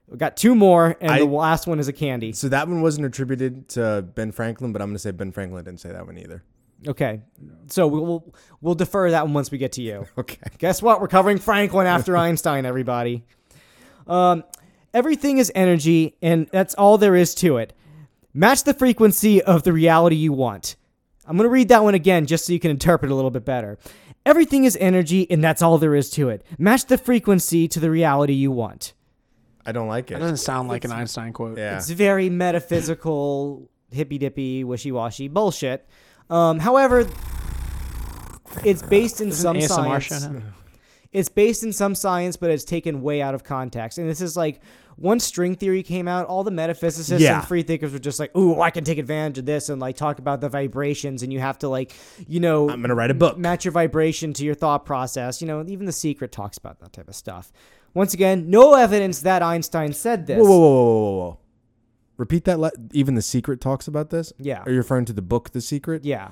Speaker 1: we got two more, and the
Speaker 2: I-
Speaker 1: last one is a candy.
Speaker 2: so that one wasn't attributed to Ben Franklin, but I'm going to say Ben Franklin didn't say that one either.
Speaker 1: Okay, so we'll we'll, we'll defer that one once we get to you.
Speaker 2: Okay.
Speaker 1: Guess what? We're covering Franklin after Einstein, everybody. Um, everything is energy, and that's all there is to it. Match the frequency of the reality you want. I'm going to read that one again just so you can interpret a little bit better. Everything is energy, and that's all there is to it. Match the frequency to the reality you want.
Speaker 2: I don't like
Speaker 3: That
Speaker 2: it.
Speaker 3: doesn't sound like an Einstein quote.
Speaker 2: Yeah.
Speaker 1: It's very metaphysical, hippy dippy, wishy washy bullshit. Um, however, it's based in some
Speaker 3: ASMR
Speaker 1: science
Speaker 3: shout out.
Speaker 1: it's based in some science, but it's taken way out of context. And this is like once string theory came out, all the metaphysicists
Speaker 2: Yeah.
Speaker 1: and free thinkers were just like, "Ooh, I can take advantage of this," and like talk about the vibrations, and you have to like, you know,
Speaker 2: I'm going to write a book.
Speaker 1: match your vibration to your thought process. You know, even the secret talks about that type of stuff. Once again, no evidence that Einstein said this.
Speaker 2: Whoa, whoa, whoa, whoa, whoa, whoa. Repeat that. Le- Even The Secret talks about this?
Speaker 1: Yeah.
Speaker 2: Are you referring to the book, The Secret?
Speaker 1: Yeah.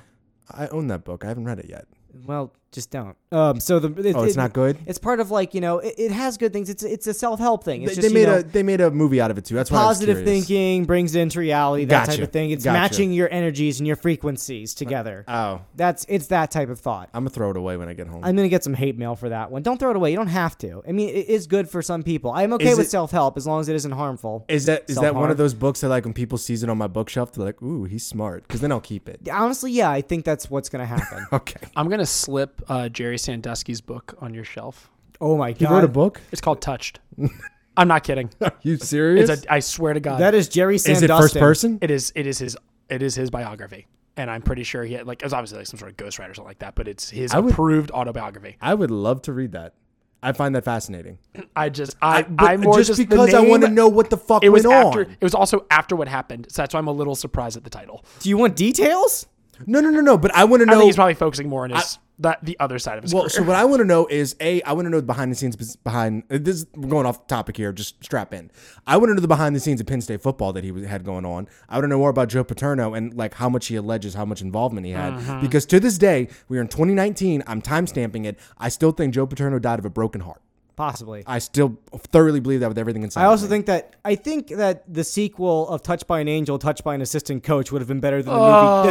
Speaker 2: I own that book. I haven't read it yet.
Speaker 1: Well, Just don't. Um, so the it-
Speaker 2: Oh, it's
Speaker 1: it-
Speaker 2: not good?
Speaker 1: It's part of like you know it, it has good things. It's it's a self help thing. It's
Speaker 2: They,
Speaker 1: just
Speaker 2: they made
Speaker 1: you know,
Speaker 2: a they made a movie out of it too. That's why I
Speaker 1: positive
Speaker 2: was curious.
Speaker 1: thinking brings into reality that
Speaker 2: Gotcha.
Speaker 1: type of thing. It's
Speaker 2: Gotcha.
Speaker 1: matching your energies and your frequencies together.
Speaker 2: Oh,
Speaker 1: That's it's that type of thought.
Speaker 2: I'm gonna throw it away when I get home.
Speaker 1: I'm gonna get some hate mail for that one. Don't throw it away. You don't have to. I mean, it is good for some people. I'm okay
Speaker 2: Is
Speaker 1: with
Speaker 2: it-
Speaker 1: self help as long as it isn't harmful.
Speaker 2: is that is that one
Speaker 1: Self-harm.
Speaker 2: of those books that like when people sees it on my bookshelf, they're like, "Ooh, he's smart," because then I'll keep it.
Speaker 1: Honestly, yeah, I think that's what's gonna happen.
Speaker 2: Okay.
Speaker 3: I'm gonna slip uh, Jerry Sandusky's book on your shelf.
Speaker 1: oh my god,
Speaker 2: He wrote a book.
Speaker 3: It's called Touched. I'm not kidding.
Speaker 2: you serious?
Speaker 3: It's a, I swear to God,
Speaker 1: That is Jerry
Speaker 2: is
Speaker 1: Sandusky.
Speaker 2: it first person?
Speaker 3: it is. It is his. It is his biography, and I'm pretty sure he had like it was obviously like some sort of ghostwriter or something like that. But it's his
Speaker 2: would-
Speaker 3: approved autobiography.
Speaker 2: I would love to read that. I find that fascinating.
Speaker 3: I just I
Speaker 2: but
Speaker 3: I more
Speaker 2: just
Speaker 3: just,
Speaker 2: because I want to know what the fuck
Speaker 3: It was
Speaker 2: went
Speaker 3: after.
Speaker 2: on.
Speaker 3: It was also after what happened, so that's why I'm a little surprised at the title.
Speaker 1: Do you want details?
Speaker 2: No, no, no, no. But I want to
Speaker 3: I think
Speaker 2: know.
Speaker 3: he's probably focusing more on his that the other side of his
Speaker 2: Well,
Speaker 3: career.
Speaker 2: so what I want to know is a. I want to know the behind the scenes bes- behind. uh, This we're going off topic here. Just strap in. I want to know the behind the scenes of Penn State football that he was, had going on. I want to know more about Joe Paterno and like how much he alleges how much involvement he had.
Speaker 3: Mm-hmm.
Speaker 2: Because to this day, we are in 2019. I'm timestamping it. I still think Joe Paterno died of a broken heart.
Speaker 1: Possibly.
Speaker 2: I still thoroughly believe that with everything inside.
Speaker 1: I
Speaker 2: of
Speaker 1: also
Speaker 2: me.
Speaker 1: think that I think that the sequel of Touched by an Angel, Touched by an Assistant Coach, would have been better than the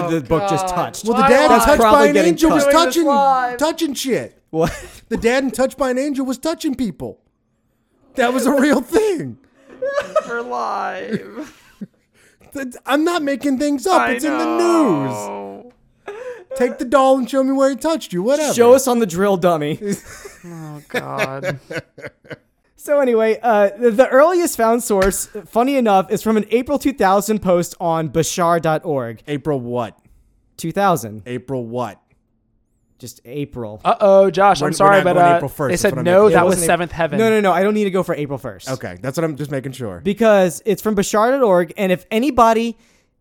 Speaker 1: movie, than the book just touched.
Speaker 2: Oh, Well, the
Speaker 3: Why
Speaker 2: dad
Speaker 3: am
Speaker 2: in
Speaker 3: I
Speaker 2: Touched by
Speaker 1: probably
Speaker 2: an
Speaker 1: getting
Speaker 2: Angel was
Speaker 1: cut?
Speaker 3: Doing this
Speaker 2: touching,
Speaker 3: live.
Speaker 2: touching shit.
Speaker 1: What?
Speaker 2: The dad in Touched by an Angel was touching people. That was a real thing.
Speaker 3: We're live.
Speaker 2: That- I'm not making things up. it's in the news. Take the doll and show me where he touched you. Whatever.
Speaker 1: Show us on the drill dummy.
Speaker 3: Oh God.
Speaker 1: so anyway, uh, the, the earliest found source, funny enough, is from an April 2000 post on Bashar.org.
Speaker 2: April what?
Speaker 1: 2000,
Speaker 2: April what?
Speaker 1: just April.
Speaker 2: Um,
Speaker 3: Uh oh, Josh.
Speaker 2: We're-
Speaker 3: I'm
Speaker 2: we're
Speaker 3: sorry,
Speaker 2: not
Speaker 3: but
Speaker 2: going
Speaker 3: uh,
Speaker 2: April 1st,
Speaker 3: they
Speaker 2: that's what
Speaker 3: said
Speaker 2: I'm
Speaker 3: no.
Speaker 2: making-
Speaker 1: It
Speaker 3: That was
Speaker 1: wasn't April-
Speaker 3: Seventh Heaven.
Speaker 1: No, no, no. I don't need to go for April 1st.
Speaker 2: Okay, that's what I'm just making sure.
Speaker 1: because it's from Bashar.org, and if anybody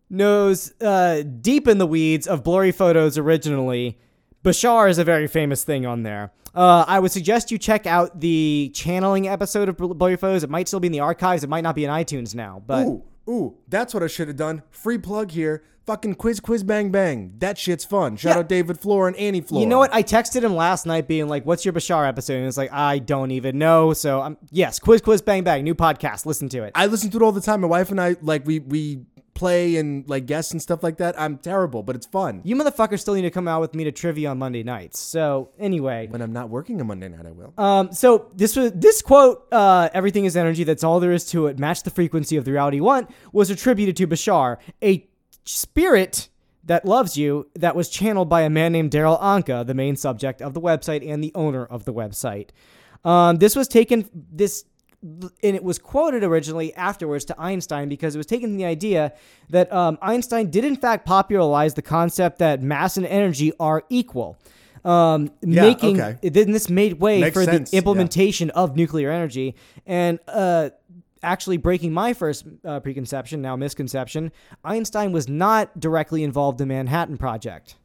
Speaker 1: knows uh, deep in the weeds of blurry photos originally, Bashar is a very famous thing on there. Uh, I would suggest you check out the channeling episode of Bl- Blurry Photos. It might still be in the archives. It might not be in iTunes now, but
Speaker 2: Ooh, ooh, that's what I should have done. Free plug here. Fucking quiz, quiz, bang, bang. That shit's fun. Shout
Speaker 1: Yeah.
Speaker 2: out David Floor and Annie Floor.
Speaker 1: you know what? I texted him last night, being like, "What's your Bashar episode?" And it's like, "I don't even know." So I'm yes, quiz, quiz, bang, bang, new podcast. Listen to it.
Speaker 2: I listen to it all the time. My wife and I like we we play and like guests and stuff like that. I'm terrible, but it's fun.
Speaker 1: you motherfuckers still need to come out with me to trivia on Monday nights. So anyway,
Speaker 2: When I'm not working on Monday night, I will.
Speaker 3: Uh,
Speaker 1: Um, so this was this quote, uh, "Everything is energy. That's all there is to it." Match the frequency of the reality you want was attributed to Bashar, a spirit that loves you that was channeled by a man named Daryl Anka, the main subject of the website and the owner of the website. Um, this was taken this and it was quoted originally afterwards to Einstein because it was taken from the idea that um, Einstein did in fact popularize the concept that mass and energy are equal. Um, making
Speaker 2: okay.
Speaker 1: it- then this made way
Speaker 2: Makes
Speaker 1: for
Speaker 2: sense,
Speaker 1: the
Speaker 2: yeah.
Speaker 1: implementation of nuclear energy and uh, actually breaking my first uh, preconception now misconception einstein was not directly involved in manhattan project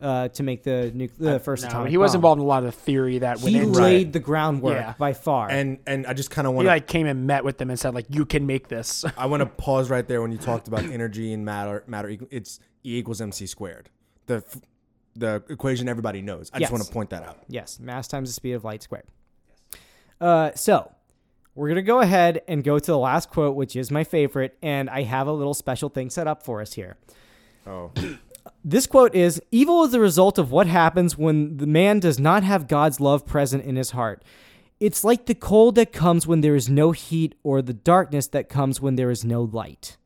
Speaker 1: uh, to make the, nu- the first
Speaker 3: Uh, No,
Speaker 1: atomic
Speaker 3: Um, he was
Speaker 1: bomb.
Speaker 3: involved in a lot of the theory that went
Speaker 1: he
Speaker 3: into
Speaker 2: Right.
Speaker 1: laid the groundwork
Speaker 3: Yeah.
Speaker 1: by far
Speaker 2: and and I just kind of want
Speaker 3: He
Speaker 2: to
Speaker 3: like came and met with them and said like, "You can make this."
Speaker 2: I want to pause right there when you talked about energy and matter matter equal, it's E equals MC squared. The f- the equation everybody knows. I
Speaker 1: Yes.
Speaker 2: just want to point that out.
Speaker 1: yes mass times the speed of light squared uh, so we're going to go ahead and go to the last quote which is my favorite and i have a little special thing set up for us here
Speaker 2: Oh,
Speaker 1: This quote is Evil is the result of what happens when the man does not have God's love present in his heart. It's like the cold that comes when there is no heat or the darkness that comes when there is no light.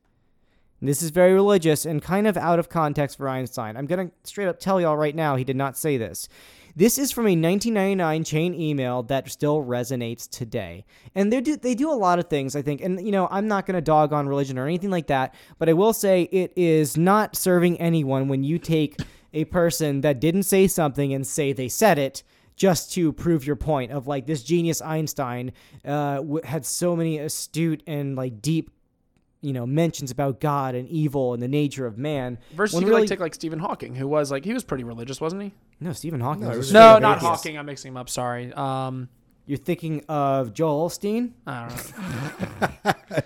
Speaker 1: And This is very religious and kind of out of context for Einstein. I'm going to straight up tell y'all right now he did not say this. This is from a 1999 chain email that still resonates today. And they do they do a lot of things, I think. And you know, I'm not going to dog on religion or anything like that, but I will say it is not serving anyone when you take a person that didn't say something and say they said it just to prove your point of like this genius Einstein uh, w- had so many astute and like deep you know mentions about God and evil and the nature of man.
Speaker 3: Versus
Speaker 1: When
Speaker 3: you could
Speaker 1: really-
Speaker 3: like take like Stephen Hawking, who was like he was pretty religious, wasn't he?
Speaker 1: no Stephen Hawking.
Speaker 2: No,
Speaker 1: was a
Speaker 2: it was
Speaker 1: straight
Speaker 3: No,
Speaker 1: up
Speaker 3: not
Speaker 1: atheist.
Speaker 3: Hawking. I'm mixing him up. Sorry. Um,
Speaker 1: You're thinking of Joel Olstein.
Speaker 3: I don't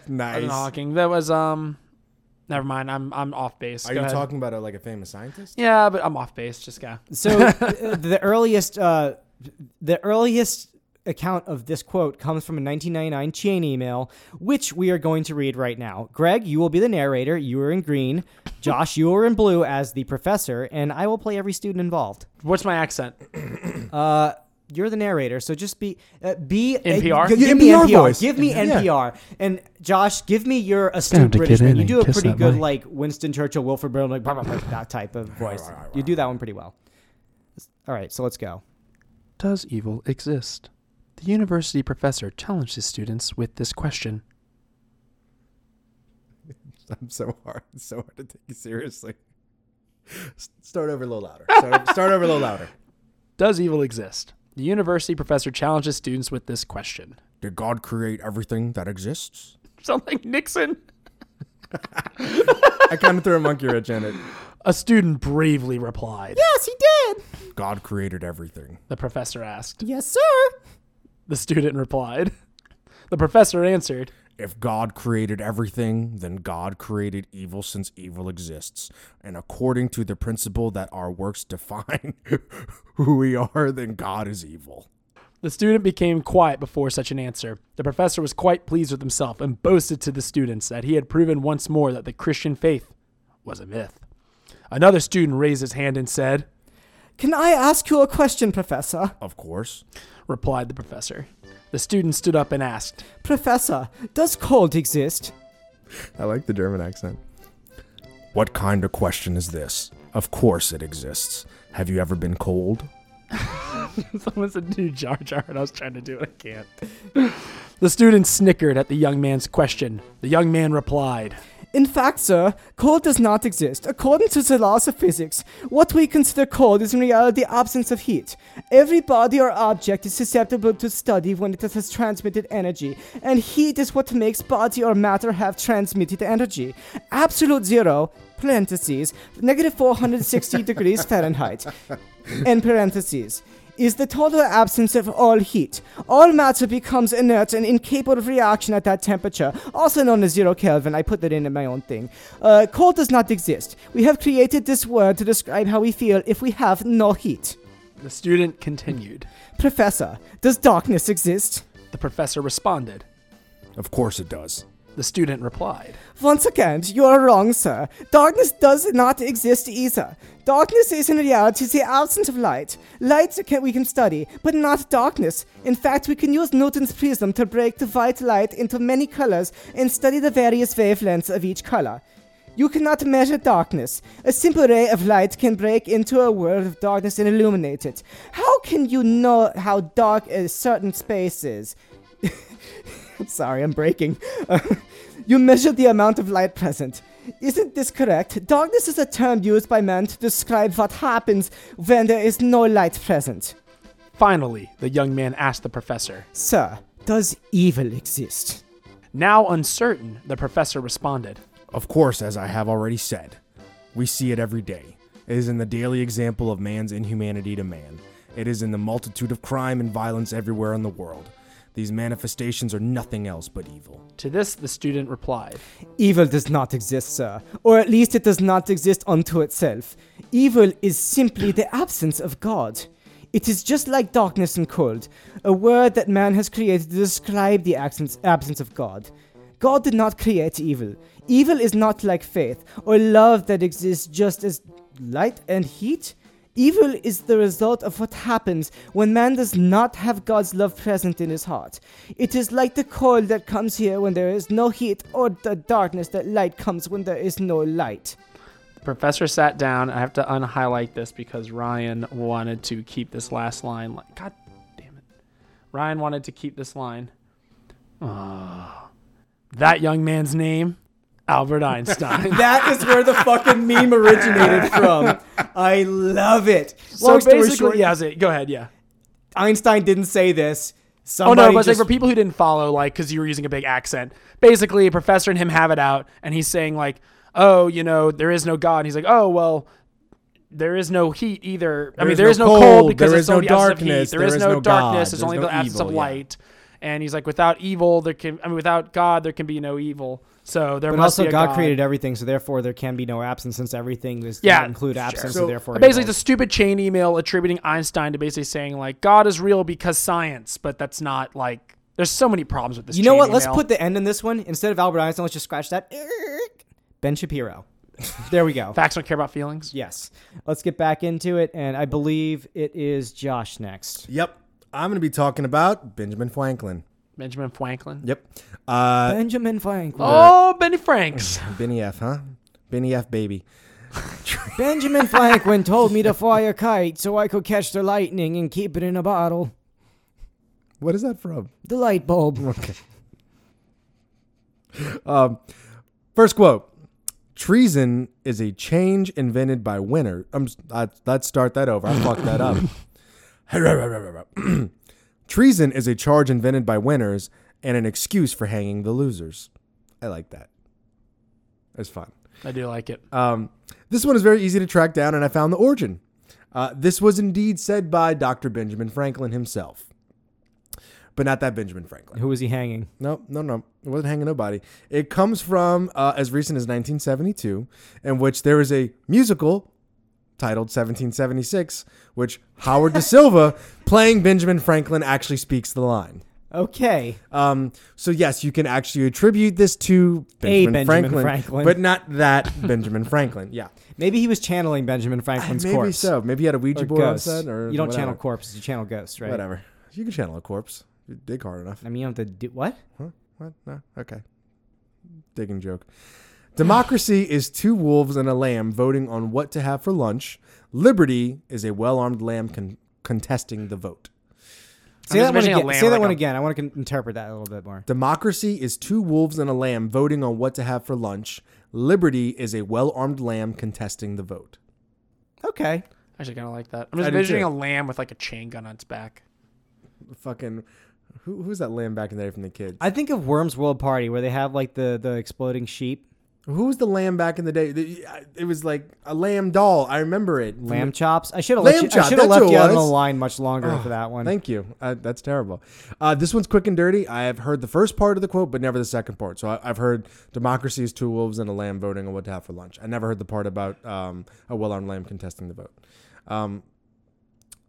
Speaker 3: know.
Speaker 2: nice.
Speaker 3: Hawking. That was um, Never mind. I'm I'm off base.
Speaker 2: Are you talking about a, like a famous scientist?
Speaker 3: Yeah, but I'm off base. Just go.
Speaker 1: So uh, the earliest, uh, the earliest account of this quote comes from a 1999 chain email, which we are going to read right now. Greg, you will be the narrator. You are in green. Josh, you are in blue as the professor, and I will play every student involved.
Speaker 3: What's my accent?
Speaker 1: You're the narrator, so just be uh, be
Speaker 3: NPR?
Speaker 1: Uh, give,
Speaker 2: Yeah,
Speaker 1: me
Speaker 2: NPR
Speaker 1: NPR.
Speaker 2: voice.
Speaker 1: Give me
Speaker 2: Yeah.
Speaker 1: NPR. And Josh, give me your
Speaker 3: Time
Speaker 1: astute
Speaker 3: to get
Speaker 1: British.
Speaker 3: in
Speaker 1: Man. You
Speaker 3: and
Speaker 1: do a
Speaker 3: kiss
Speaker 1: pretty
Speaker 3: that
Speaker 1: good
Speaker 3: mic.
Speaker 1: like Winston Churchill, Wilfred Brimley, blah, blah, blah, that type of voice. You do that one pretty well. All right, so let's go.
Speaker 3: Does evil exist? The university professor challenged his students with this question.
Speaker 2: I'm so hard. It's so hard to take you seriously. S- Start over a little louder. Start, start over a little louder.
Speaker 3: Does evil exist? The university professor challenges students with this question.
Speaker 2: Did God create everything that exists?
Speaker 3: Sound like Nixon?
Speaker 2: I kind of threw a monkey wrench in it.
Speaker 3: A student bravely replied.
Speaker 1: Yes, he did.
Speaker 2: God created everything.
Speaker 3: The professor asked.
Speaker 1: Yes, sir.
Speaker 3: The student replied. The professor answered.
Speaker 2: If God created everything, then God created evil since evil exists. And according to the principle that our works define who we are, then God is evil.
Speaker 3: The student became quiet before such an answer. The professor was quite pleased with himself and boasted to the students that he had proven once more that the Christian faith was a myth. Another student raised his hand and said,
Speaker 1: Can I ask you a question, Professor?
Speaker 2: Of course.
Speaker 3: replied the professor. The student stood up and asked,
Speaker 1: Professor, does cold exist?
Speaker 2: I like the German accent. What kind of question is this? Of course it exists. Have you ever been cold?
Speaker 3: Someone said, dude, Jar Jar, and I was trying to do it. I can't. the student snickered at the young man's question. The young man replied,
Speaker 1: In fact, sir, cold does not exist. According to the laws of physics, what we consider cold is in reality the absence of heat. Every body or object is susceptible to study when it has transmitted energy, and heat is what makes body or matter have transmitted energy. Absolute zero, parentheses, negative 460 degrees Fahrenheit, in parentheses, is the total absence of all heat. All matter becomes inert and incapable of reaction at that temperature, also known as zero Kelvin. I put that in in my own thing. Uh, cold does not exist. We have created this word to describe how we feel if we have no heat.
Speaker 3: The student continued.
Speaker 1: Professor, does darkness exist?
Speaker 3: The professor responded.
Speaker 2: Of course it does.
Speaker 3: The student replied.
Speaker 1: Once again, you are wrong, sir. Darkness does not exist either. Darkness is in reality the absence of light. Light can, we can study, but not darkness. In fact, we can use Newton's prism to break the white light into many colors and study the various wavelengths of each color. You cannot measure darkness. A simple ray of light can break into a world of darkness and illuminate it. How can you know how dark a certain space is? Sorry, I'm breaking. you measure the amount of light present. Isn't this correct? Darkness is a term used by man to describe what happens when there is no light present.
Speaker 3: Finally, the young man asked the professor.
Speaker 1: Sir, does evil exist?
Speaker 3: Now uncertain, the professor responded.
Speaker 2: Of course, as I have already said, we see it every day. It is in the daily example of man's inhumanity to man. It is in the multitude of crime and violence everywhere in the world. These manifestations are nothing else but evil.
Speaker 3: To this, the student replied.
Speaker 1: Evil does not exist, sir, or at least it does not exist unto itself. Evil is simply the absence of God. It is just like darkness and cold, a word that man has created to describe the absence, absence of God. God did not create evil. Evil is not like faith or love that exists just as light and heat. Evil is the result of what happens when man does not have God's love present in his heart. It is like the cold that comes here when there is no heat, or the darkness that light comes when there is no light.
Speaker 3: The professor sat down. I have to unhighlight this because Ryan wanted to keep this last line. Like, God damn it. Ryan wanted to keep this line. Ah. that young man's name, Albert Einstein.
Speaker 1: That is where the fucking meme originated from. I love it.
Speaker 3: so basically, yeah, I was it. go ahead, yeah.
Speaker 1: Einstein didn't say this.
Speaker 3: Oh
Speaker 1: Somebody
Speaker 3: no, but
Speaker 1: just,
Speaker 3: like for people who didn't follow, like because you were using a big accent, basically, a professor and him have it out, and he's saying like, "Oh, you know, there is no God." And he's like, "oh, well, there is no heat either. I mean, there is no cold, because
Speaker 2: there
Speaker 3: it's
Speaker 2: is no
Speaker 3: only absence of heat.
Speaker 2: darkness,
Speaker 3: there is, no,
Speaker 2: God,
Speaker 3: darkness. It's
Speaker 2: there's
Speaker 3: only
Speaker 2: no
Speaker 3: the absence
Speaker 2: evil,
Speaker 3: of
Speaker 2: yeah.
Speaker 3: light." and he's like, without evil, there can I mean, without God, there can be no evil. So there
Speaker 1: But
Speaker 3: must
Speaker 1: also,
Speaker 3: be a
Speaker 1: God, created everything, so therefore there can be no absence, since everything is
Speaker 3: Yeah,
Speaker 1: yeah, include
Speaker 3: sure.
Speaker 1: absence,
Speaker 2: So,
Speaker 1: so therefore.
Speaker 3: Basically, it's
Speaker 1: evil.
Speaker 3: a stupid chain email attributing Einstein to basically saying like God is real because science, but that's not like. There's so many problems with this.
Speaker 1: you know
Speaker 3: chain
Speaker 1: what? Let's
Speaker 3: email.
Speaker 1: put the end in this one instead of Albert Einstein. Let's just scratch that. Ben Shapiro. There we go.
Speaker 3: facts don't care about feelings.
Speaker 1: Yes. Let's get back into it, and I believe it is Josh next.
Speaker 2: Yep. I'm going to be talking about Benjamin Franklin.
Speaker 3: Benjamin Franklin.
Speaker 2: Yep. Uh,
Speaker 1: Benjamin Franklin.
Speaker 3: Oh, Benny Franks.
Speaker 2: Benny F, huh? Benny F, baby. oh.
Speaker 1: Benjamin Franklin told me to fly a kite so I could catch the lightning and keep it in a bottle.
Speaker 2: What is that from?
Speaker 1: The light bulb.
Speaker 2: Okay. um, first quote. Treason is a change invented by winner. Um, I, let's start that over. I fucked that up. Treason is a charge invented by winners and an excuse for hanging the losers. I like that. It's fun.
Speaker 3: I do like it.
Speaker 2: Um, this one is very easy to track down, and I found the origin. Uh, this was indeed said by Dr. Benjamin Franklin himself, but not that Benjamin Franklin.
Speaker 1: Who was he hanging?
Speaker 2: No, no, no. It wasn't hanging nobody. It comes from uh, as recent as 1972, in which there is a musical titled 1776, which Howard De Silva, playing Benjamin Franklin, actually speaks the line.
Speaker 1: Okay.
Speaker 2: Um, so yes, you can actually attribute this to
Speaker 1: Benjamin
Speaker 2: Benjamin, Franklin,
Speaker 1: Franklin.
Speaker 2: but not that Benjamin Franklin. Yeah.
Speaker 1: Maybe he was channeling Benjamin Franklin's
Speaker 2: Maybe
Speaker 1: corpse.
Speaker 2: so. Maybe you had a Ouija
Speaker 1: Or
Speaker 2: board on
Speaker 1: ghosts.
Speaker 2: set, or
Speaker 1: you don't
Speaker 2: whatever.
Speaker 1: channel corpses, you channel ghosts, right?
Speaker 2: Whatever. You can channel a corpse. You dig hard enough.
Speaker 1: I mean, you don't have to do what?
Speaker 2: Huh? What? No. Okay. Digging joke. Democracy is two wolves and a lamb voting on what to have for lunch. Liberty is a well-armed lamb con- contesting the vote.
Speaker 1: Say that
Speaker 3: just
Speaker 1: one
Speaker 3: imagining a
Speaker 1: again.
Speaker 3: lamb
Speaker 1: Say that
Speaker 3: like
Speaker 1: one
Speaker 3: a-
Speaker 1: again. I want to con- interpret that a little bit more.
Speaker 2: Democracy is two wolves and a lamb voting on what to have for lunch. Liberty is a well-armed lamb contesting the vote.
Speaker 1: Okay.
Speaker 3: Actually, kind of like that. I'm just
Speaker 2: I do
Speaker 3: envisioning
Speaker 2: too.
Speaker 3: a lamb with like a chain gun on its back.
Speaker 2: Fucking who, who's that lamb back in the day from the kids?
Speaker 1: I think of Worms World Party where they have like the the exploding sheep,
Speaker 2: Who was the lamb back in the day? The- I- It was like a lamb doll. I remember it.
Speaker 1: lamb chops. I should have
Speaker 2: Lamb
Speaker 1: let you,
Speaker 2: chop,
Speaker 1: I should have
Speaker 2: that's
Speaker 1: left
Speaker 2: who
Speaker 1: you
Speaker 2: it
Speaker 1: out on the
Speaker 2: was.
Speaker 1: line much longer for that one.
Speaker 2: Thank you. Uh, that's terrible. Uh, this one's quick and dirty. I have heard the first part of the quote, but never the second part. So I, I've heard democracy is two wolves and a lamb voting on what to have for lunch. I never heard the part about um, a well armed lamb contesting the vote. Um,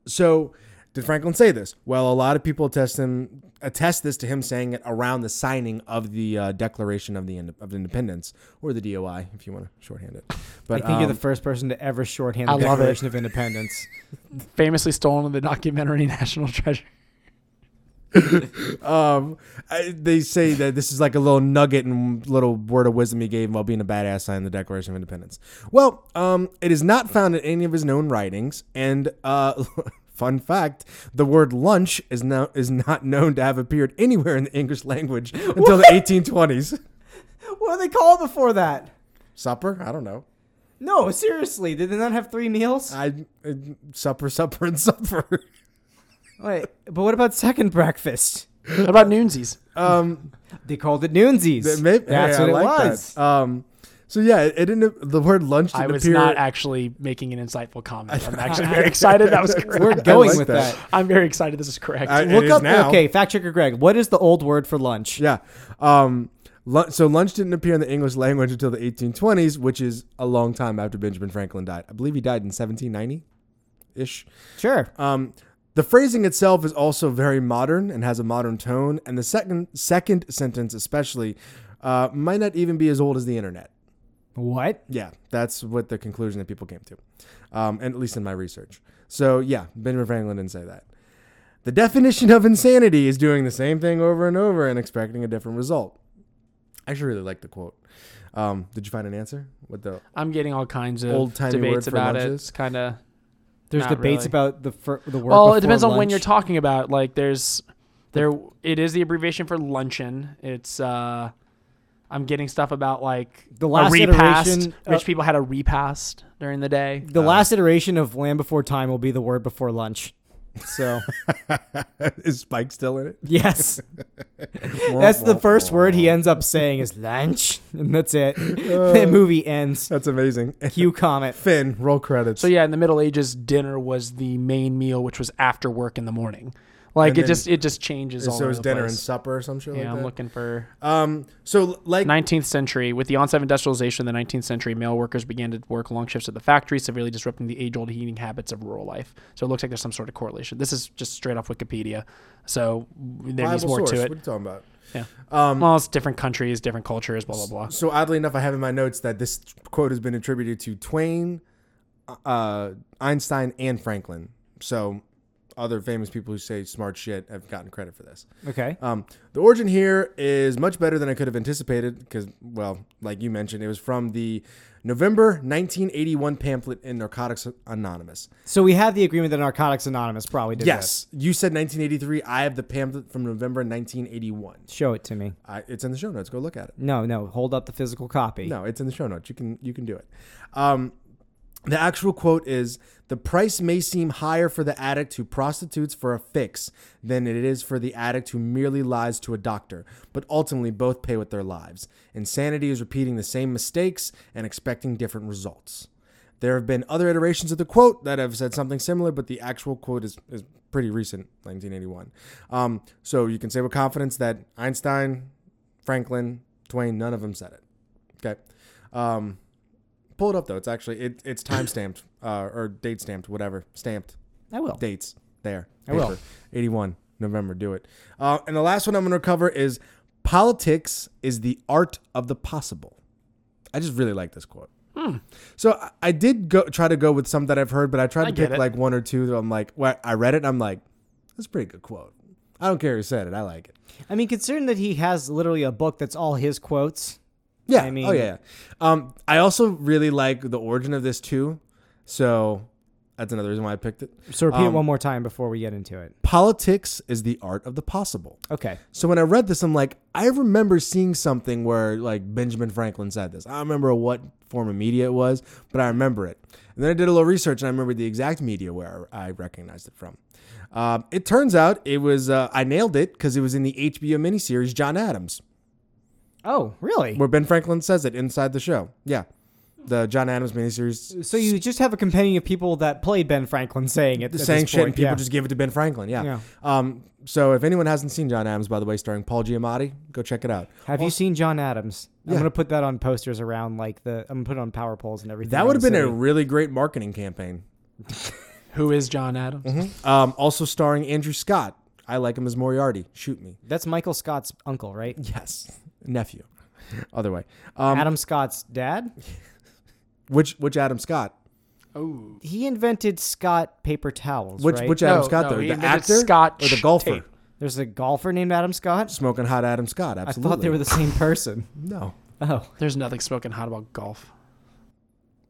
Speaker 2: so did Franklin say this? Well, a lot of people attest him attest this to him saying it around the signing of the uh, Declaration of the Ind- of Independence or the DOI, if you want to shorthand it.
Speaker 1: I
Speaker 2: But
Speaker 1: think you're
Speaker 2: um,
Speaker 1: the first person to ever shorthand
Speaker 3: I
Speaker 1: the
Speaker 3: love it.
Speaker 1: Declaration of Independence.
Speaker 3: Famously stolen in the documentary National Treasure.
Speaker 2: Um, I, they say that this is like a little nugget and little word of wisdom he gave while being a badass signed the Declaration of Independence. Well, um, it is not found in any of his known writings, and uh, fun fact: the word lunch is now is not known to have appeared anywhere in the English language until the 1820s.
Speaker 1: what do they call it before that?
Speaker 2: Supper? I don't know.
Speaker 1: No, seriously, did they not have three meals?
Speaker 2: I uh, supper, supper, and supper.
Speaker 1: Wait, but what about second breakfast?
Speaker 3: What about noonsies?
Speaker 2: Um,
Speaker 1: They called it noonsies.
Speaker 2: that may-
Speaker 1: That's
Speaker 2: hey, I
Speaker 1: what it
Speaker 2: like that.
Speaker 1: was.
Speaker 2: Um, so yeah, it, it didn't. The word lunch
Speaker 3: I
Speaker 2: didn't
Speaker 3: was
Speaker 2: appear.
Speaker 3: not actually making an insightful comment. I'm actually very excited that was correct.
Speaker 1: We're
Speaker 2: I
Speaker 1: going
Speaker 2: like
Speaker 1: with
Speaker 2: that.
Speaker 1: that.
Speaker 3: I'm very excited this is correct.
Speaker 2: I-
Speaker 1: Look
Speaker 2: It is
Speaker 1: up.
Speaker 2: now.
Speaker 1: Okay, fact checker Greg. What is the old word for lunch?
Speaker 2: Yeah. Um, lu- so lunch didn't appear in the English language until the 1820s, which is a long time after Benjamin Franklin died. I believe he died in 1790 ish.
Speaker 1: Sure.
Speaker 2: Um, the phrasing itself is also very modern and has a modern tone, and the second second sentence especially uh, might not even be as old as the internet.
Speaker 1: What?
Speaker 2: Yeah, that's what the conclusion that people came to, um, and at least in my research. So yeah, Benjamin Franklin didn't say that. The definition of insanity is doing the same thing over and over and expecting a different result. I actually really like the quote. Um, did you find an answer? What the?
Speaker 3: I'm getting all kinds of
Speaker 2: Old-timey word
Speaker 3: debates
Speaker 2: for
Speaker 3: about it.
Speaker 2: lunches?
Speaker 3: It's kind of
Speaker 1: There's
Speaker 3: Not
Speaker 1: debates
Speaker 3: really.
Speaker 1: about the fir- the word.
Speaker 3: well.
Speaker 1: before
Speaker 3: It depends on when
Speaker 1: lunch.
Speaker 3: you're talking about. Like, there's there. It is the abbreviation for luncheon. It's uh, I'm getting stuff about like
Speaker 1: The last
Speaker 3: a repast.
Speaker 1: iteration,
Speaker 3: Rich
Speaker 1: uh,
Speaker 3: people had a repast during the day.
Speaker 2: Uh,
Speaker 1: The last iteration of Land Before Time will be the word before lunch. So
Speaker 2: is Spike still in it?
Speaker 1: yes, that's the first word he ends up saying is lunch, and that's it. the movie ends.
Speaker 2: That's amazing.
Speaker 1: Cue comment.
Speaker 2: Finn, roll credits.
Speaker 3: So yeah, in the Middle Ages, dinner was the main meal, which was after work in the morning. Like
Speaker 2: And
Speaker 3: it
Speaker 2: then-
Speaker 3: just it just changes. All
Speaker 2: so
Speaker 3: over
Speaker 2: it's
Speaker 3: the
Speaker 2: dinner and
Speaker 3: place.
Speaker 2: supper or some shit
Speaker 3: Yeah,
Speaker 2: like
Speaker 3: I'm
Speaker 2: that.
Speaker 3: looking for
Speaker 2: um, so like
Speaker 3: 19th century. With the onset of industrialization in the 19th century, male workers began to work long shifts at the factory, severely disrupting the age-old heating habits of rural life. So it looks like there's some sort of correlation. This is just straight off Wikipedia, so there is
Speaker 2: Bible
Speaker 3: more
Speaker 2: source.
Speaker 3: to
Speaker 2: What are
Speaker 3: it.
Speaker 2: you talking about?
Speaker 3: Yeah. well, it's different countries, different cultures, blah blah blah.
Speaker 2: So oddly enough, I have in my notes that this quote has been attributed to Twain, uh, Einstein, and Franklin. So other famous people who say smart shit have gotten credit for this.
Speaker 1: Okay.
Speaker 2: Um, the origin here is much better than I could have anticipated because, well, like you mentioned, it was from the November 1981 pamphlet in Narcotics Anonymous.
Speaker 1: So we have the agreement that Narcotics Anonymous probably did this.
Speaker 2: Yes, you said 1983. I have the pamphlet from November 1981.
Speaker 1: Show it to me.
Speaker 2: I, it's in the show notes. Go look at it.
Speaker 1: No, no. Hold up the physical copy.
Speaker 2: No, it's in the show notes. You can you can do it. Um, the actual quote is: "The price may seem higher for the addict who prostitutes for a fix than it is for the addict who merely lies to a doctor, but ultimately both pay with their lives. Insanity is repeating the same mistakes and expecting different results." There have been other iterations of the quote that have said something similar, but the actual quote is, is pretty recent, 1981. Um, so you can say with confidence that Einstein, Franklin, Twain, none of them said it. Okay. Um, pull it up though. It's actually it, it's time stamped uh, or date stamped, whatever stamped
Speaker 1: I will.
Speaker 2: dates there.
Speaker 1: I will.
Speaker 2: Eighty one November. Do it. Uh, and the last one I'm going to cover is politics is the art of the possible. I just really like this quote.
Speaker 1: Hmm.
Speaker 2: So I- I did go try to go with some that I've heard, but I tried
Speaker 3: I
Speaker 2: to
Speaker 3: get
Speaker 2: pick
Speaker 3: it.
Speaker 2: like one or two that I'm like, well, I read it. and I'm like, that's a pretty good quote. I don't care who said it. I like it.
Speaker 1: I mean, considering that he has literally a book that's all his quotes.
Speaker 2: Yeah.
Speaker 1: I
Speaker 2: oh
Speaker 1: mean-
Speaker 2: yeah. Um, I also really like the origin of this too. So that's another reason why I picked it.
Speaker 1: So repeat it
Speaker 2: Um,
Speaker 1: one more time before we get into it.
Speaker 2: Politics is the art of the possible.
Speaker 1: Okay.
Speaker 2: So when I read this, I'm like, I remember seeing something where like Benjamin Franklin said this. I don't remember what form of media it was, but I remember it. And then I did a little research and I remember the exact media where I I recognized it from. Um, it turns out it was uh, I nailed it because it was in the HBO miniseries John Adams,
Speaker 1: Oh, really?
Speaker 2: where Ben Franklin says it inside the show. Yeah, the John Adams miniseries.
Speaker 1: So you just have a companion of people that played Ben Franklin saying it. at
Speaker 2: saying
Speaker 1: this
Speaker 2: shit
Speaker 1: point,
Speaker 2: and people
Speaker 1: yeah.
Speaker 2: just give it to Ben Franklin. Yeah.
Speaker 1: Yeah.
Speaker 2: Um, so if anyone hasn't seen John Adams, by the way, starring Paul Giamatti, go check it out.
Speaker 1: Have you seen John Adams?
Speaker 2: Yeah.
Speaker 1: I'm gonna put that on posters around like the. I'm gonna put it on power poles and everything.
Speaker 2: That
Speaker 1: around
Speaker 2: would have
Speaker 1: the
Speaker 2: been a
Speaker 1: city.
Speaker 2: really great marketing campaign.
Speaker 3: Who is John Adams?
Speaker 2: Um, also starring Andrew Scott. I like him as Moriarty. Shoot me.
Speaker 1: That's Michael Scott's uncle, right?
Speaker 2: Yes, nephew. Other way. Um,
Speaker 1: Adam Scott's dad.
Speaker 2: which which Adam Scott?
Speaker 3: Oh,
Speaker 1: He invented Scott paper towels.
Speaker 2: Which
Speaker 1: right?
Speaker 2: which Adam
Speaker 3: No,
Speaker 2: Scott
Speaker 3: no,
Speaker 2: though?
Speaker 3: he
Speaker 2: The
Speaker 3: invented
Speaker 2: actor
Speaker 3: Scotch
Speaker 2: or the golfer?
Speaker 3: tape.
Speaker 1: There's a golfer named Adam Scott.
Speaker 2: Smoking hot Adam Scott.
Speaker 1: I
Speaker 2: Absolutely.
Speaker 1: thought they were the same person.
Speaker 2: no.
Speaker 1: Oh,
Speaker 3: there's nothing smoking hot about golf.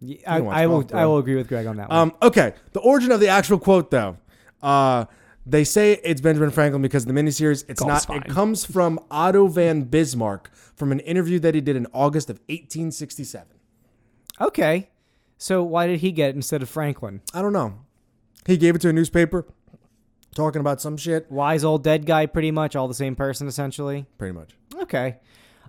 Speaker 1: Y- I,
Speaker 2: watch
Speaker 1: I will.
Speaker 2: golf,
Speaker 1: I
Speaker 2: bro.
Speaker 1: will agree with Greg on that one.
Speaker 2: Um, okay. The origin of the actual quote though. Uh, they say it's Benjamin Franklin because of the miniseries. It's
Speaker 3: Golf's
Speaker 2: not. It
Speaker 3: fine.
Speaker 2: comes from Otto van Bismarck from an interview that he did in August of 1867.
Speaker 1: Okay, so why did he get it instead of Franklin?
Speaker 2: I don't know. He gave it to a newspaper talking about some shit.
Speaker 1: Wise old dead guy, pretty much all the same person essentially.
Speaker 2: Pretty much.
Speaker 1: Okay,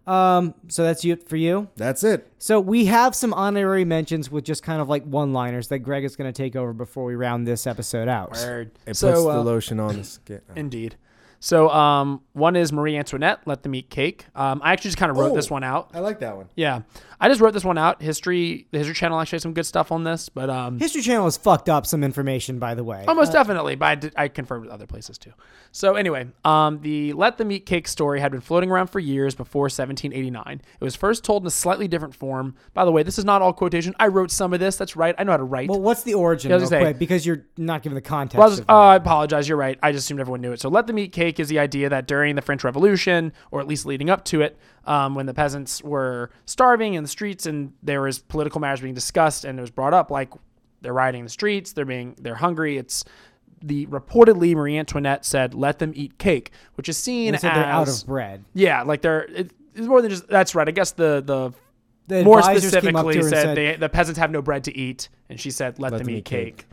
Speaker 1: um, so that's you for you.
Speaker 2: That's it.
Speaker 1: So we have some honorary mentions with just kind of like one-liners that Greg is going to take over before we round this episode out.
Speaker 3: Word.
Speaker 2: It
Speaker 3: So,
Speaker 2: puts the
Speaker 3: uh,
Speaker 2: lotion on the skin.
Speaker 3: Indeed. So um, one is Marie Antoinette, Let Them Eat Cake. Um, I actually just kind of wrote
Speaker 2: Oh.
Speaker 3: this one out.
Speaker 2: I like that one.
Speaker 3: Yeah, I just wrote this one out. History, the History Channel actually had some good stuff on this, but um,
Speaker 1: History Channel has fucked up some information, by the way.
Speaker 3: almost definitely. But I, did, I confirmed with other places too. So anyway, um, the Let Them Eat Cake story had been floating around for years before 1789. It was first told in a slightly different form. By the way, this is not all quotation. I wrote some of this. That's right. I know how to write.
Speaker 1: well, what's the origin,
Speaker 3: Yeah, I
Speaker 1: real
Speaker 3: was gonna say-
Speaker 1: quick? Because you're not giving the context.
Speaker 3: Well, I was-
Speaker 1: of
Speaker 3: oh,
Speaker 1: that.
Speaker 3: I apologize. You're right. I just assumed everyone knew it. So, let them eat cake is the idea that during the French Revolution, or at least leading up to it, um, when the peasants were starving in the streets and there was political matters being discussed, and it was brought up like they're rioting the streets, they're being they're hungry. It's the reportedly Marie Antoinette said, "Let them eat cake," which is seen
Speaker 1: they
Speaker 3: as
Speaker 1: said they're out of bread.
Speaker 3: yeah, like they're it, it's more than just that's right. I guess the the.
Speaker 1: The
Speaker 3: More
Speaker 1: advisors came up to
Speaker 3: specifically,
Speaker 1: her
Speaker 3: said,
Speaker 1: and said
Speaker 3: they, the peasants have no bread to eat, and she said, "Let, them, eat cake."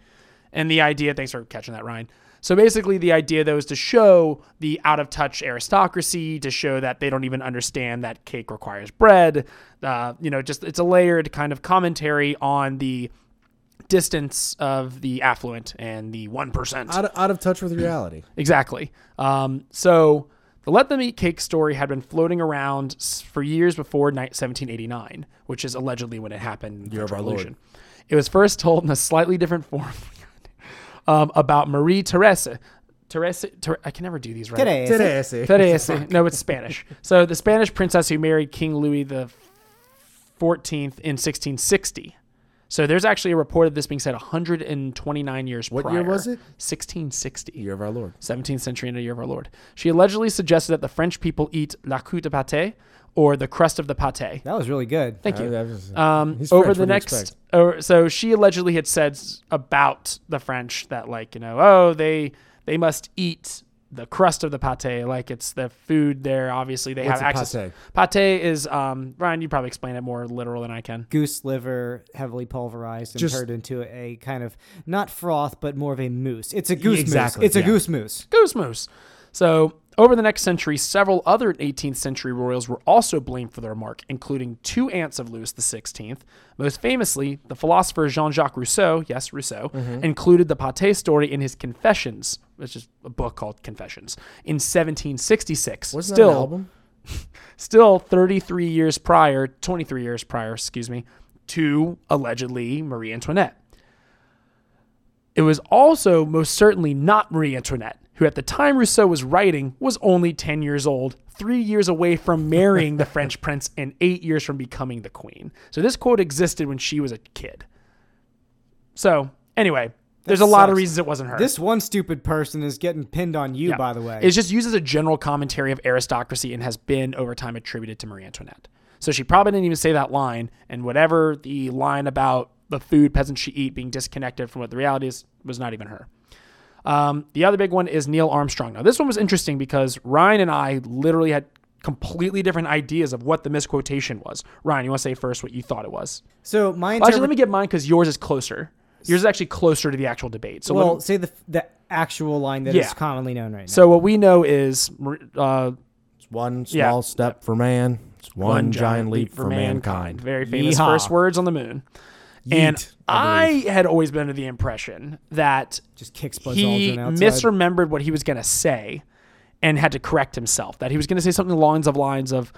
Speaker 3: and the idea thanks for catching that ryan so basically the idea though is to show the out of touch aristocracy to show that they don't even understand that cake requires bread uh, you know just it's a layered kind of commentary on the distance of the affluent and the 1%.
Speaker 2: Out of, out of touch with reality.
Speaker 3: Exactly. Um, so the Let Them Eat Cake story had been floating around s- for years before ni- 1789, which is allegedly when it happened. in the
Speaker 2: Year of
Speaker 3: French
Speaker 2: our Lord.
Speaker 3: Revolution. It was first told in a slightly different form um, about Marie Therese. Therese, Ther- I can never do these right.
Speaker 1: Today.
Speaker 2: Teresa.
Speaker 3: Teresa. No, it's Spanish. So the Spanish princess who married King Louis the Fourteenth in 1660. So there's actually a report of this being said 129 years
Speaker 2: What
Speaker 3: prior.
Speaker 2: year was it?
Speaker 3: 1660.
Speaker 2: Year of our Lord.
Speaker 3: 17th century and a year of our Lord. She allegedly suggested that the French people eat la croûte de pâté, or the crust of the pâté.
Speaker 1: That was really good.
Speaker 3: Thank you.
Speaker 2: I- I was-
Speaker 3: Um,
Speaker 2: Uh, He's
Speaker 3: over
Speaker 2: French,
Speaker 3: the
Speaker 2: what do you
Speaker 3: next,
Speaker 2: expect?
Speaker 3: or, so she allegedly had said s- about the French that like you know oh they they must eat the crust of the pate like it's the food there obviously they
Speaker 2: What's
Speaker 3: have
Speaker 2: a
Speaker 3: access.
Speaker 2: pâté?
Speaker 3: Pate is um Ryan you probably explain it more literal than I can.
Speaker 1: Goose liver, heavily pulverized and
Speaker 2: Just-
Speaker 1: turned into a kind of not froth, but more of a mousse. It's a goose
Speaker 2: Exactly,
Speaker 1: mousse. It's
Speaker 2: yeah.
Speaker 1: a goose mousse.
Speaker 3: Goose moose. So over the next century, several other 18th century royals were also blamed for the remark, including two aunts of Louis XVI. Most famously, the philosopher Jean-Jacques Rousseau, yes, Rousseau,
Speaker 2: Mm-hmm.
Speaker 3: included the pate story in his Confessions, which is a book called Confessions, in 1766.
Speaker 2: Wasn't that
Speaker 3: still,
Speaker 2: an album?
Speaker 3: still 33 years prior, 23 years prior, excuse me, to allegedly Marie Antoinette. It was also most certainly not Marie Antoinette, who at the time Rousseau was writing was only 10 years old, three years away from marrying the French prince, and eight years from becoming the queen. So this quote existed when she was a kid. So, anyway, there's a lot of
Speaker 1: sucks.
Speaker 3: reasons it wasn't her.
Speaker 1: This one stupid person is getting pinned on you,
Speaker 3: Yeah.
Speaker 1: by the way.
Speaker 3: It's just used as a general commentary of aristocracy and has been over time attributed to Marie Antoinette. So she probably didn't even say that line, and whatever the line about the food peasants she eat being disconnected from what the reality is was not even her. Um, the other big one is Neil Armstrong. Now, this one was interesting because Ryan and I literally had completely different ideas of what the misquotation was. Ryan, you want to say first what you thought it was?
Speaker 1: so my
Speaker 3: Well, actually,
Speaker 1: interpre-
Speaker 3: let me get mine because yours is closer. Yours is actually closer to the actual debate. So let me-
Speaker 1: well, say the the actual line that is
Speaker 3: Yeah.
Speaker 1: commonly known right now.
Speaker 3: so what we know is uh,
Speaker 2: It's one small
Speaker 3: Yeah.
Speaker 2: step for man. It's one, giant leap for mankind.
Speaker 3: Very famous
Speaker 1: Yeehaw.
Speaker 3: first words on the moon. and
Speaker 2: Yeet, I
Speaker 3: I, had always been of the impression that
Speaker 1: just kicks Buzz
Speaker 3: he
Speaker 1: Aldrin outside.
Speaker 3: misremembered what he was going to say and had to correct himself. That he was going to say something along the lines of,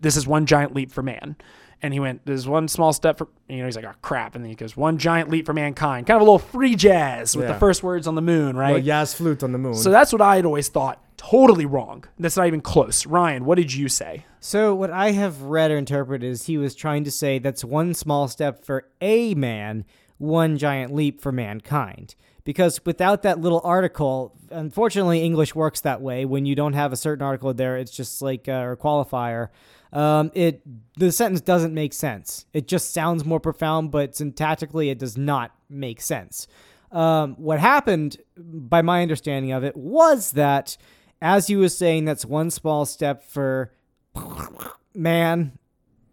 Speaker 3: This is one giant leap for man. And he went, There's one small step for, you know, he's like, Oh, crap. And then he goes, One giant leap for mankind. Kind of a little free jazz with the
Speaker 2: Yeah.
Speaker 3: first words on the moon, right?
Speaker 2: Well, Yaz flute on the moon.
Speaker 3: So that's what I had always thought. Totally wrong. That's not even close. Ryan, what did you say?
Speaker 1: So what I have read or interpreted is he was trying to say that's one small step for a man, one giant leap for mankind. Because without that little article, unfortunately, English works that way. When you don't have a certain article there, it's just like uh, or qualifier. Um, it the sentence doesn't make sense. It just sounds more profound, but syntactically, it does not make sense. Um, what happened, by my understanding of it, was that as he was saying, that's one small step for man,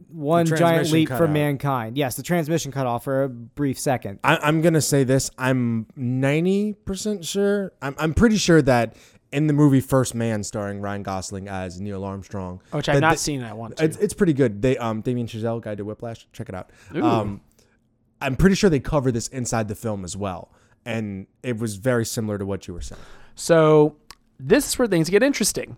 Speaker 1: one giant
Speaker 2: transmission
Speaker 1: leap
Speaker 2: cut
Speaker 1: for
Speaker 2: out.
Speaker 1: mankind. Yes, the transmission cut off for a brief second.
Speaker 2: I, I'm gonna say this. I'm 90% sure. I'm, I'm pretty sure that in the movie First Man, starring Ryan Gosling as Neil Armstrong,
Speaker 3: Which I've
Speaker 2: that
Speaker 3: not
Speaker 2: the-
Speaker 3: seen. and I want to.
Speaker 2: It's, it's pretty good. They um Damien Chazelle, guy did Whiplash. Check it out. Um, I'm pretty sure they cover this inside the film as well, and it was very similar to what you were saying.
Speaker 3: So this is where things get interesting.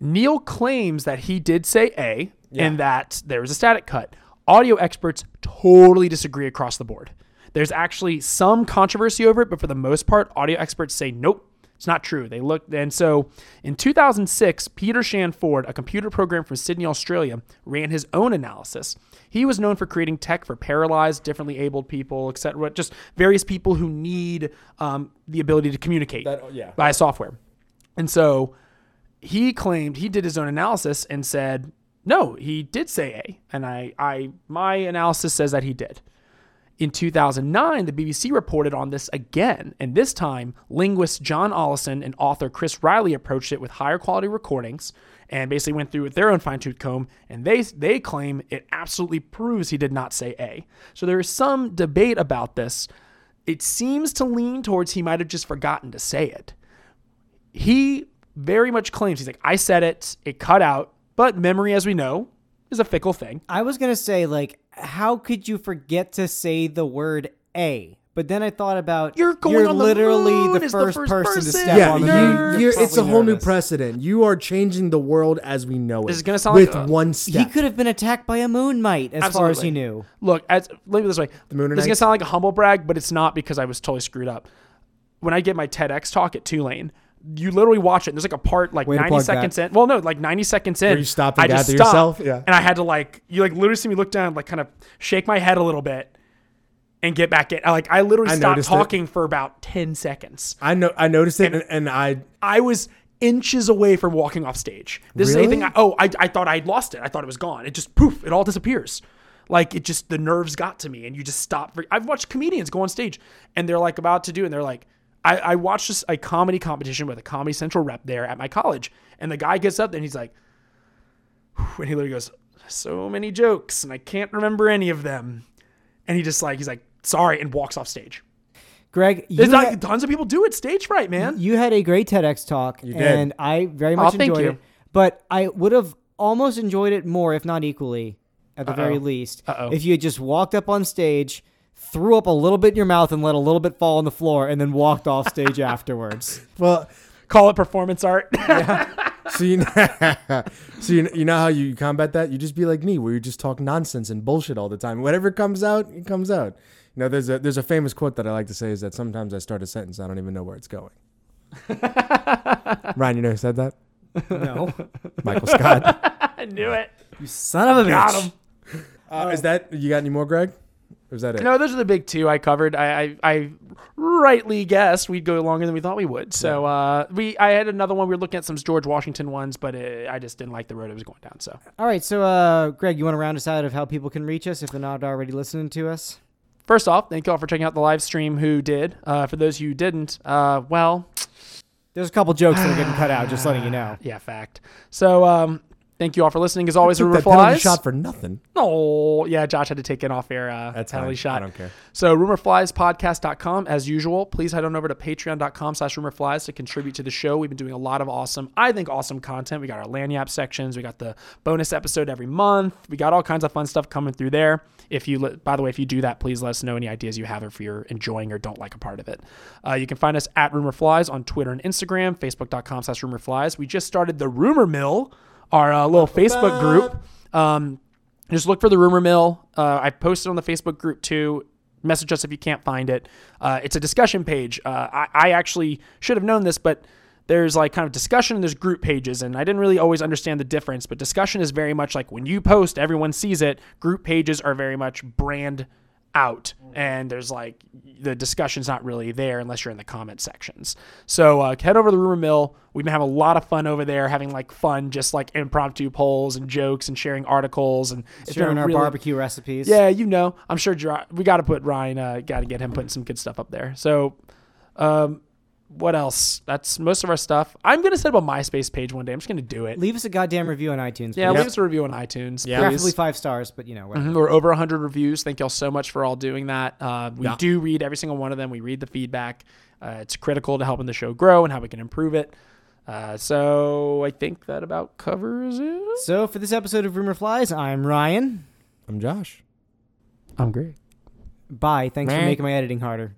Speaker 3: Neil claims that he did say A and that there was a static cut. Audio experts totally disagree across the board. There's actually some controversy over it, but for the most part, audio experts say nope. It's not true. They looked, and so in 2006, Peter Shanford, a computer program from Sydney, Australia, ran his own analysis. He was known for creating tech for paralyzed, differently abled people, etc. Just various people who need um, the ability to communicate
Speaker 2: That- oh, yeah.
Speaker 3: by software. And so he claimed he did his own analysis and said, no, he did say A. And I, I my analysis says that he did. In 2009, the BBC reported on this again, and this time, linguist John Ollison and author Chris Riley approached it with higher quality recordings and basically went through with their own fine tooth comb, and they they claim it absolutely proves he did not say A. So there is some debate about this. It seems to lean towards he might have just forgotten to say it he very much claims he's like i said it it cut out but memory as we know is a fickle thing
Speaker 1: I was gonna say, like, how could you forget to say the word A. But then I thought about
Speaker 3: You're going on the
Speaker 1: literally
Speaker 3: moon
Speaker 1: the,
Speaker 3: is the
Speaker 1: first
Speaker 3: first
Speaker 1: person, to
Speaker 3: person.
Speaker 1: step
Speaker 2: yeah,
Speaker 1: on the
Speaker 2: you-
Speaker 1: moon.
Speaker 3: You're
Speaker 2: you're- it's
Speaker 1: probably
Speaker 2: a whole new
Speaker 1: nervous.
Speaker 2: precedent. You are changing the world as we know it.
Speaker 3: This is gonna sound
Speaker 2: with
Speaker 3: like uh, a-
Speaker 2: one
Speaker 1: He
Speaker 2: step.
Speaker 1: could have been attacked by a moon mite, as far as
Speaker 3: Absolutely.
Speaker 1: he knew.
Speaker 3: Look, as, let me put it this way.
Speaker 2: moon and
Speaker 3: this is gonna
Speaker 2: eggs?
Speaker 3: sound like a humble brag, but it's not because I was totally screwed up. When I did my TEDx talk at Tulane, you literally watch it. And there's like a part like
Speaker 1: Way to
Speaker 3: 90
Speaker 1: plug
Speaker 3: seconds in. Well, no, like 90 seconds in.
Speaker 2: you stop and
Speaker 3: I just
Speaker 2: gather yourself?
Speaker 3: stopped,
Speaker 2: Yeah.
Speaker 3: And I had to like you like literally see me look down, like kind of shake my head a little bit, and get back in. I, like I literally
Speaker 2: I
Speaker 3: stopped
Speaker 2: noticed it.
Speaker 3: talking for about 10 seconds.
Speaker 2: I know. I noticed it, and, and I
Speaker 3: I was inches away from walking off stage. This is
Speaker 2: Really?
Speaker 3: anything. I, oh, I, I thought I'd lost it. I thought it was gone. It just poof, it all disappears. Like it just the nerves got to me, and you just stop. For, I've watched comedians go on stage, and they're like about to do, and they're like, I, I watched this a comedy competition with a Comedy Central rep there at my college, and the guy gets up there and he's like, and he literally goes, so many jokes, and I can't remember any of them, and he just like he's like sorry, and walks off stage.
Speaker 1: Greg, you
Speaker 3: There's like
Speaker 1: had,
Speaker 3: tons of people do it. Stage fright, man.
Speaker 1: you had a great TEDx talk,
Speaker 2: did.
Speaker 1: and I very much
Speaker 3: Oh, thank
Speaker 1: enjoyed
Speaker 3: you.
Speaker 1: it. But I would have almost enjoyed it more, if not equally, at the very least,
Speaker 3: Uh-oh.
Speaker 1: if you had just walked up on stage, threw up a little bit in your mouth, and let a little bit fall on the floor, and then walked off stage afterwards.
Speaker 2: well.
Speaker 3: Call it performance art.
Speaker 2: So you know, so you, you know how you combat that? You just be like me, where you just talk nonsense and bullshit all the time. Whatever comes out, it comes out. You know, there's a there's a famous quote that I like to say is that sometimes I start a sentence I don't even know where it's going. Ryan, you know who said that?
Speaker 1: No,
Speaker 2: Michael Scott.
Speaker 3: I knew it.
Speaker 1: you son of a bitch.
Speaker 3: Got him.
Speaker 2: Uh, is that you got any more, Greg? Or is that it?
Speaker 3: No, those are the big two I covered. I, I, I rightly guessed we'd go longer than we thought we would. So uh, we, I had another one. We were looking at some George Washington ones, but uh I just didn't like the road it was going down. So
Speaker 1: All right, so uh, Greg, you want to round us out of how people can reach us if they're not already listening to us?
Speaker 3: first off, thank you all for checking out the live stream. Who did? Uh, for those who didn't, uh, well,
Speaker 1: There's a couple jokes that are getting cut out. Just letting you know.
Speaker 3: yeah, fact. So um, thank you all for listening. As always,
Speaker 2: Took
Speaker 3: we
Speaker 2: that penalty
Speaker 3: replies.
Speaker 2: shot for nothing.
Speaker 3: No, yeah, Josh had to take an off air uh,
Speaker 2: That's
Speaker 3: penalty
Speaker 2: fine.
Speaker 3: shot.
Speaker 2: I don't care.
Speaker 3: So rumorfliespodcast.com as usual. Please head on over to patreon.com slash rumorflies to contribute to the show. We've been doing a lot of awesome, I think awesome content. We got our Lanyap sections. We got the bonus episode every month. We got all kinds of fun stuff coming through there. If you, let- by the way, if you do that, please let us know any ideas you have if you're enjoying or don't like a part of it. Uh, you can find us at rumorflies on Twitter and Instagram, facebook.com slash rumorflies. We just started the Rumor Mill, our uh, little Facebook group. Um, just look for the rumor mill. Uh, I posted on the Facebook group too. Message us if you can't find it. Uh, it's a discussion page. Uh, I, I actually should have known this, but there's like kind of discussion and there's group pages, and I didn't really always understand the difference. But discussion is very much like when you post, everyone sees it. Group pages are very much brand out and there's like the discussion's not really there unless you're in the comment sections so uh, head over to the rumor mill we've been having a lot of fun over there having like fun just like impromptu polls and jokes and sharing articles and it's been
Speaker 1: Sharing our
Speaker 3: really-
Speaker 1: barbecue recipes.
Speaker 3: yeah you know i'm sure Jer- we gotta put ryan uh, gotta get him putting some good stuff up there so um what else that's most of our stuff i'm gonna set up a myspace page one day i'm just gonna do it
Speaker 1: Leave us a goddamn review on iTunes.
Speaker 3: yeah
Speaker 1: please.
Speaker 3: leave us a review on itunes
Speaker 2: Yeah.
Speaker 3: please.
Speaker 1: Preferably five stars, but you know, whatever.
Speaker 3: Mhm. We're over 100 reviews. Thank y'all so much for all doing that. Uh, we do read every single one of them. We read the feedback. Uh, it's critical to helping the show grow and how we can improve it. Uh, so I think that about covers it.
Speaker 1: So for this episode of Rumor Flies, I'm Ryan.
Speaker 2: I'm Josh.
Speaker 3: I'm great.
Speaker 1: Bye. Thanks for
Speaker 2: Meh.
Speaker 1: making my editing harder.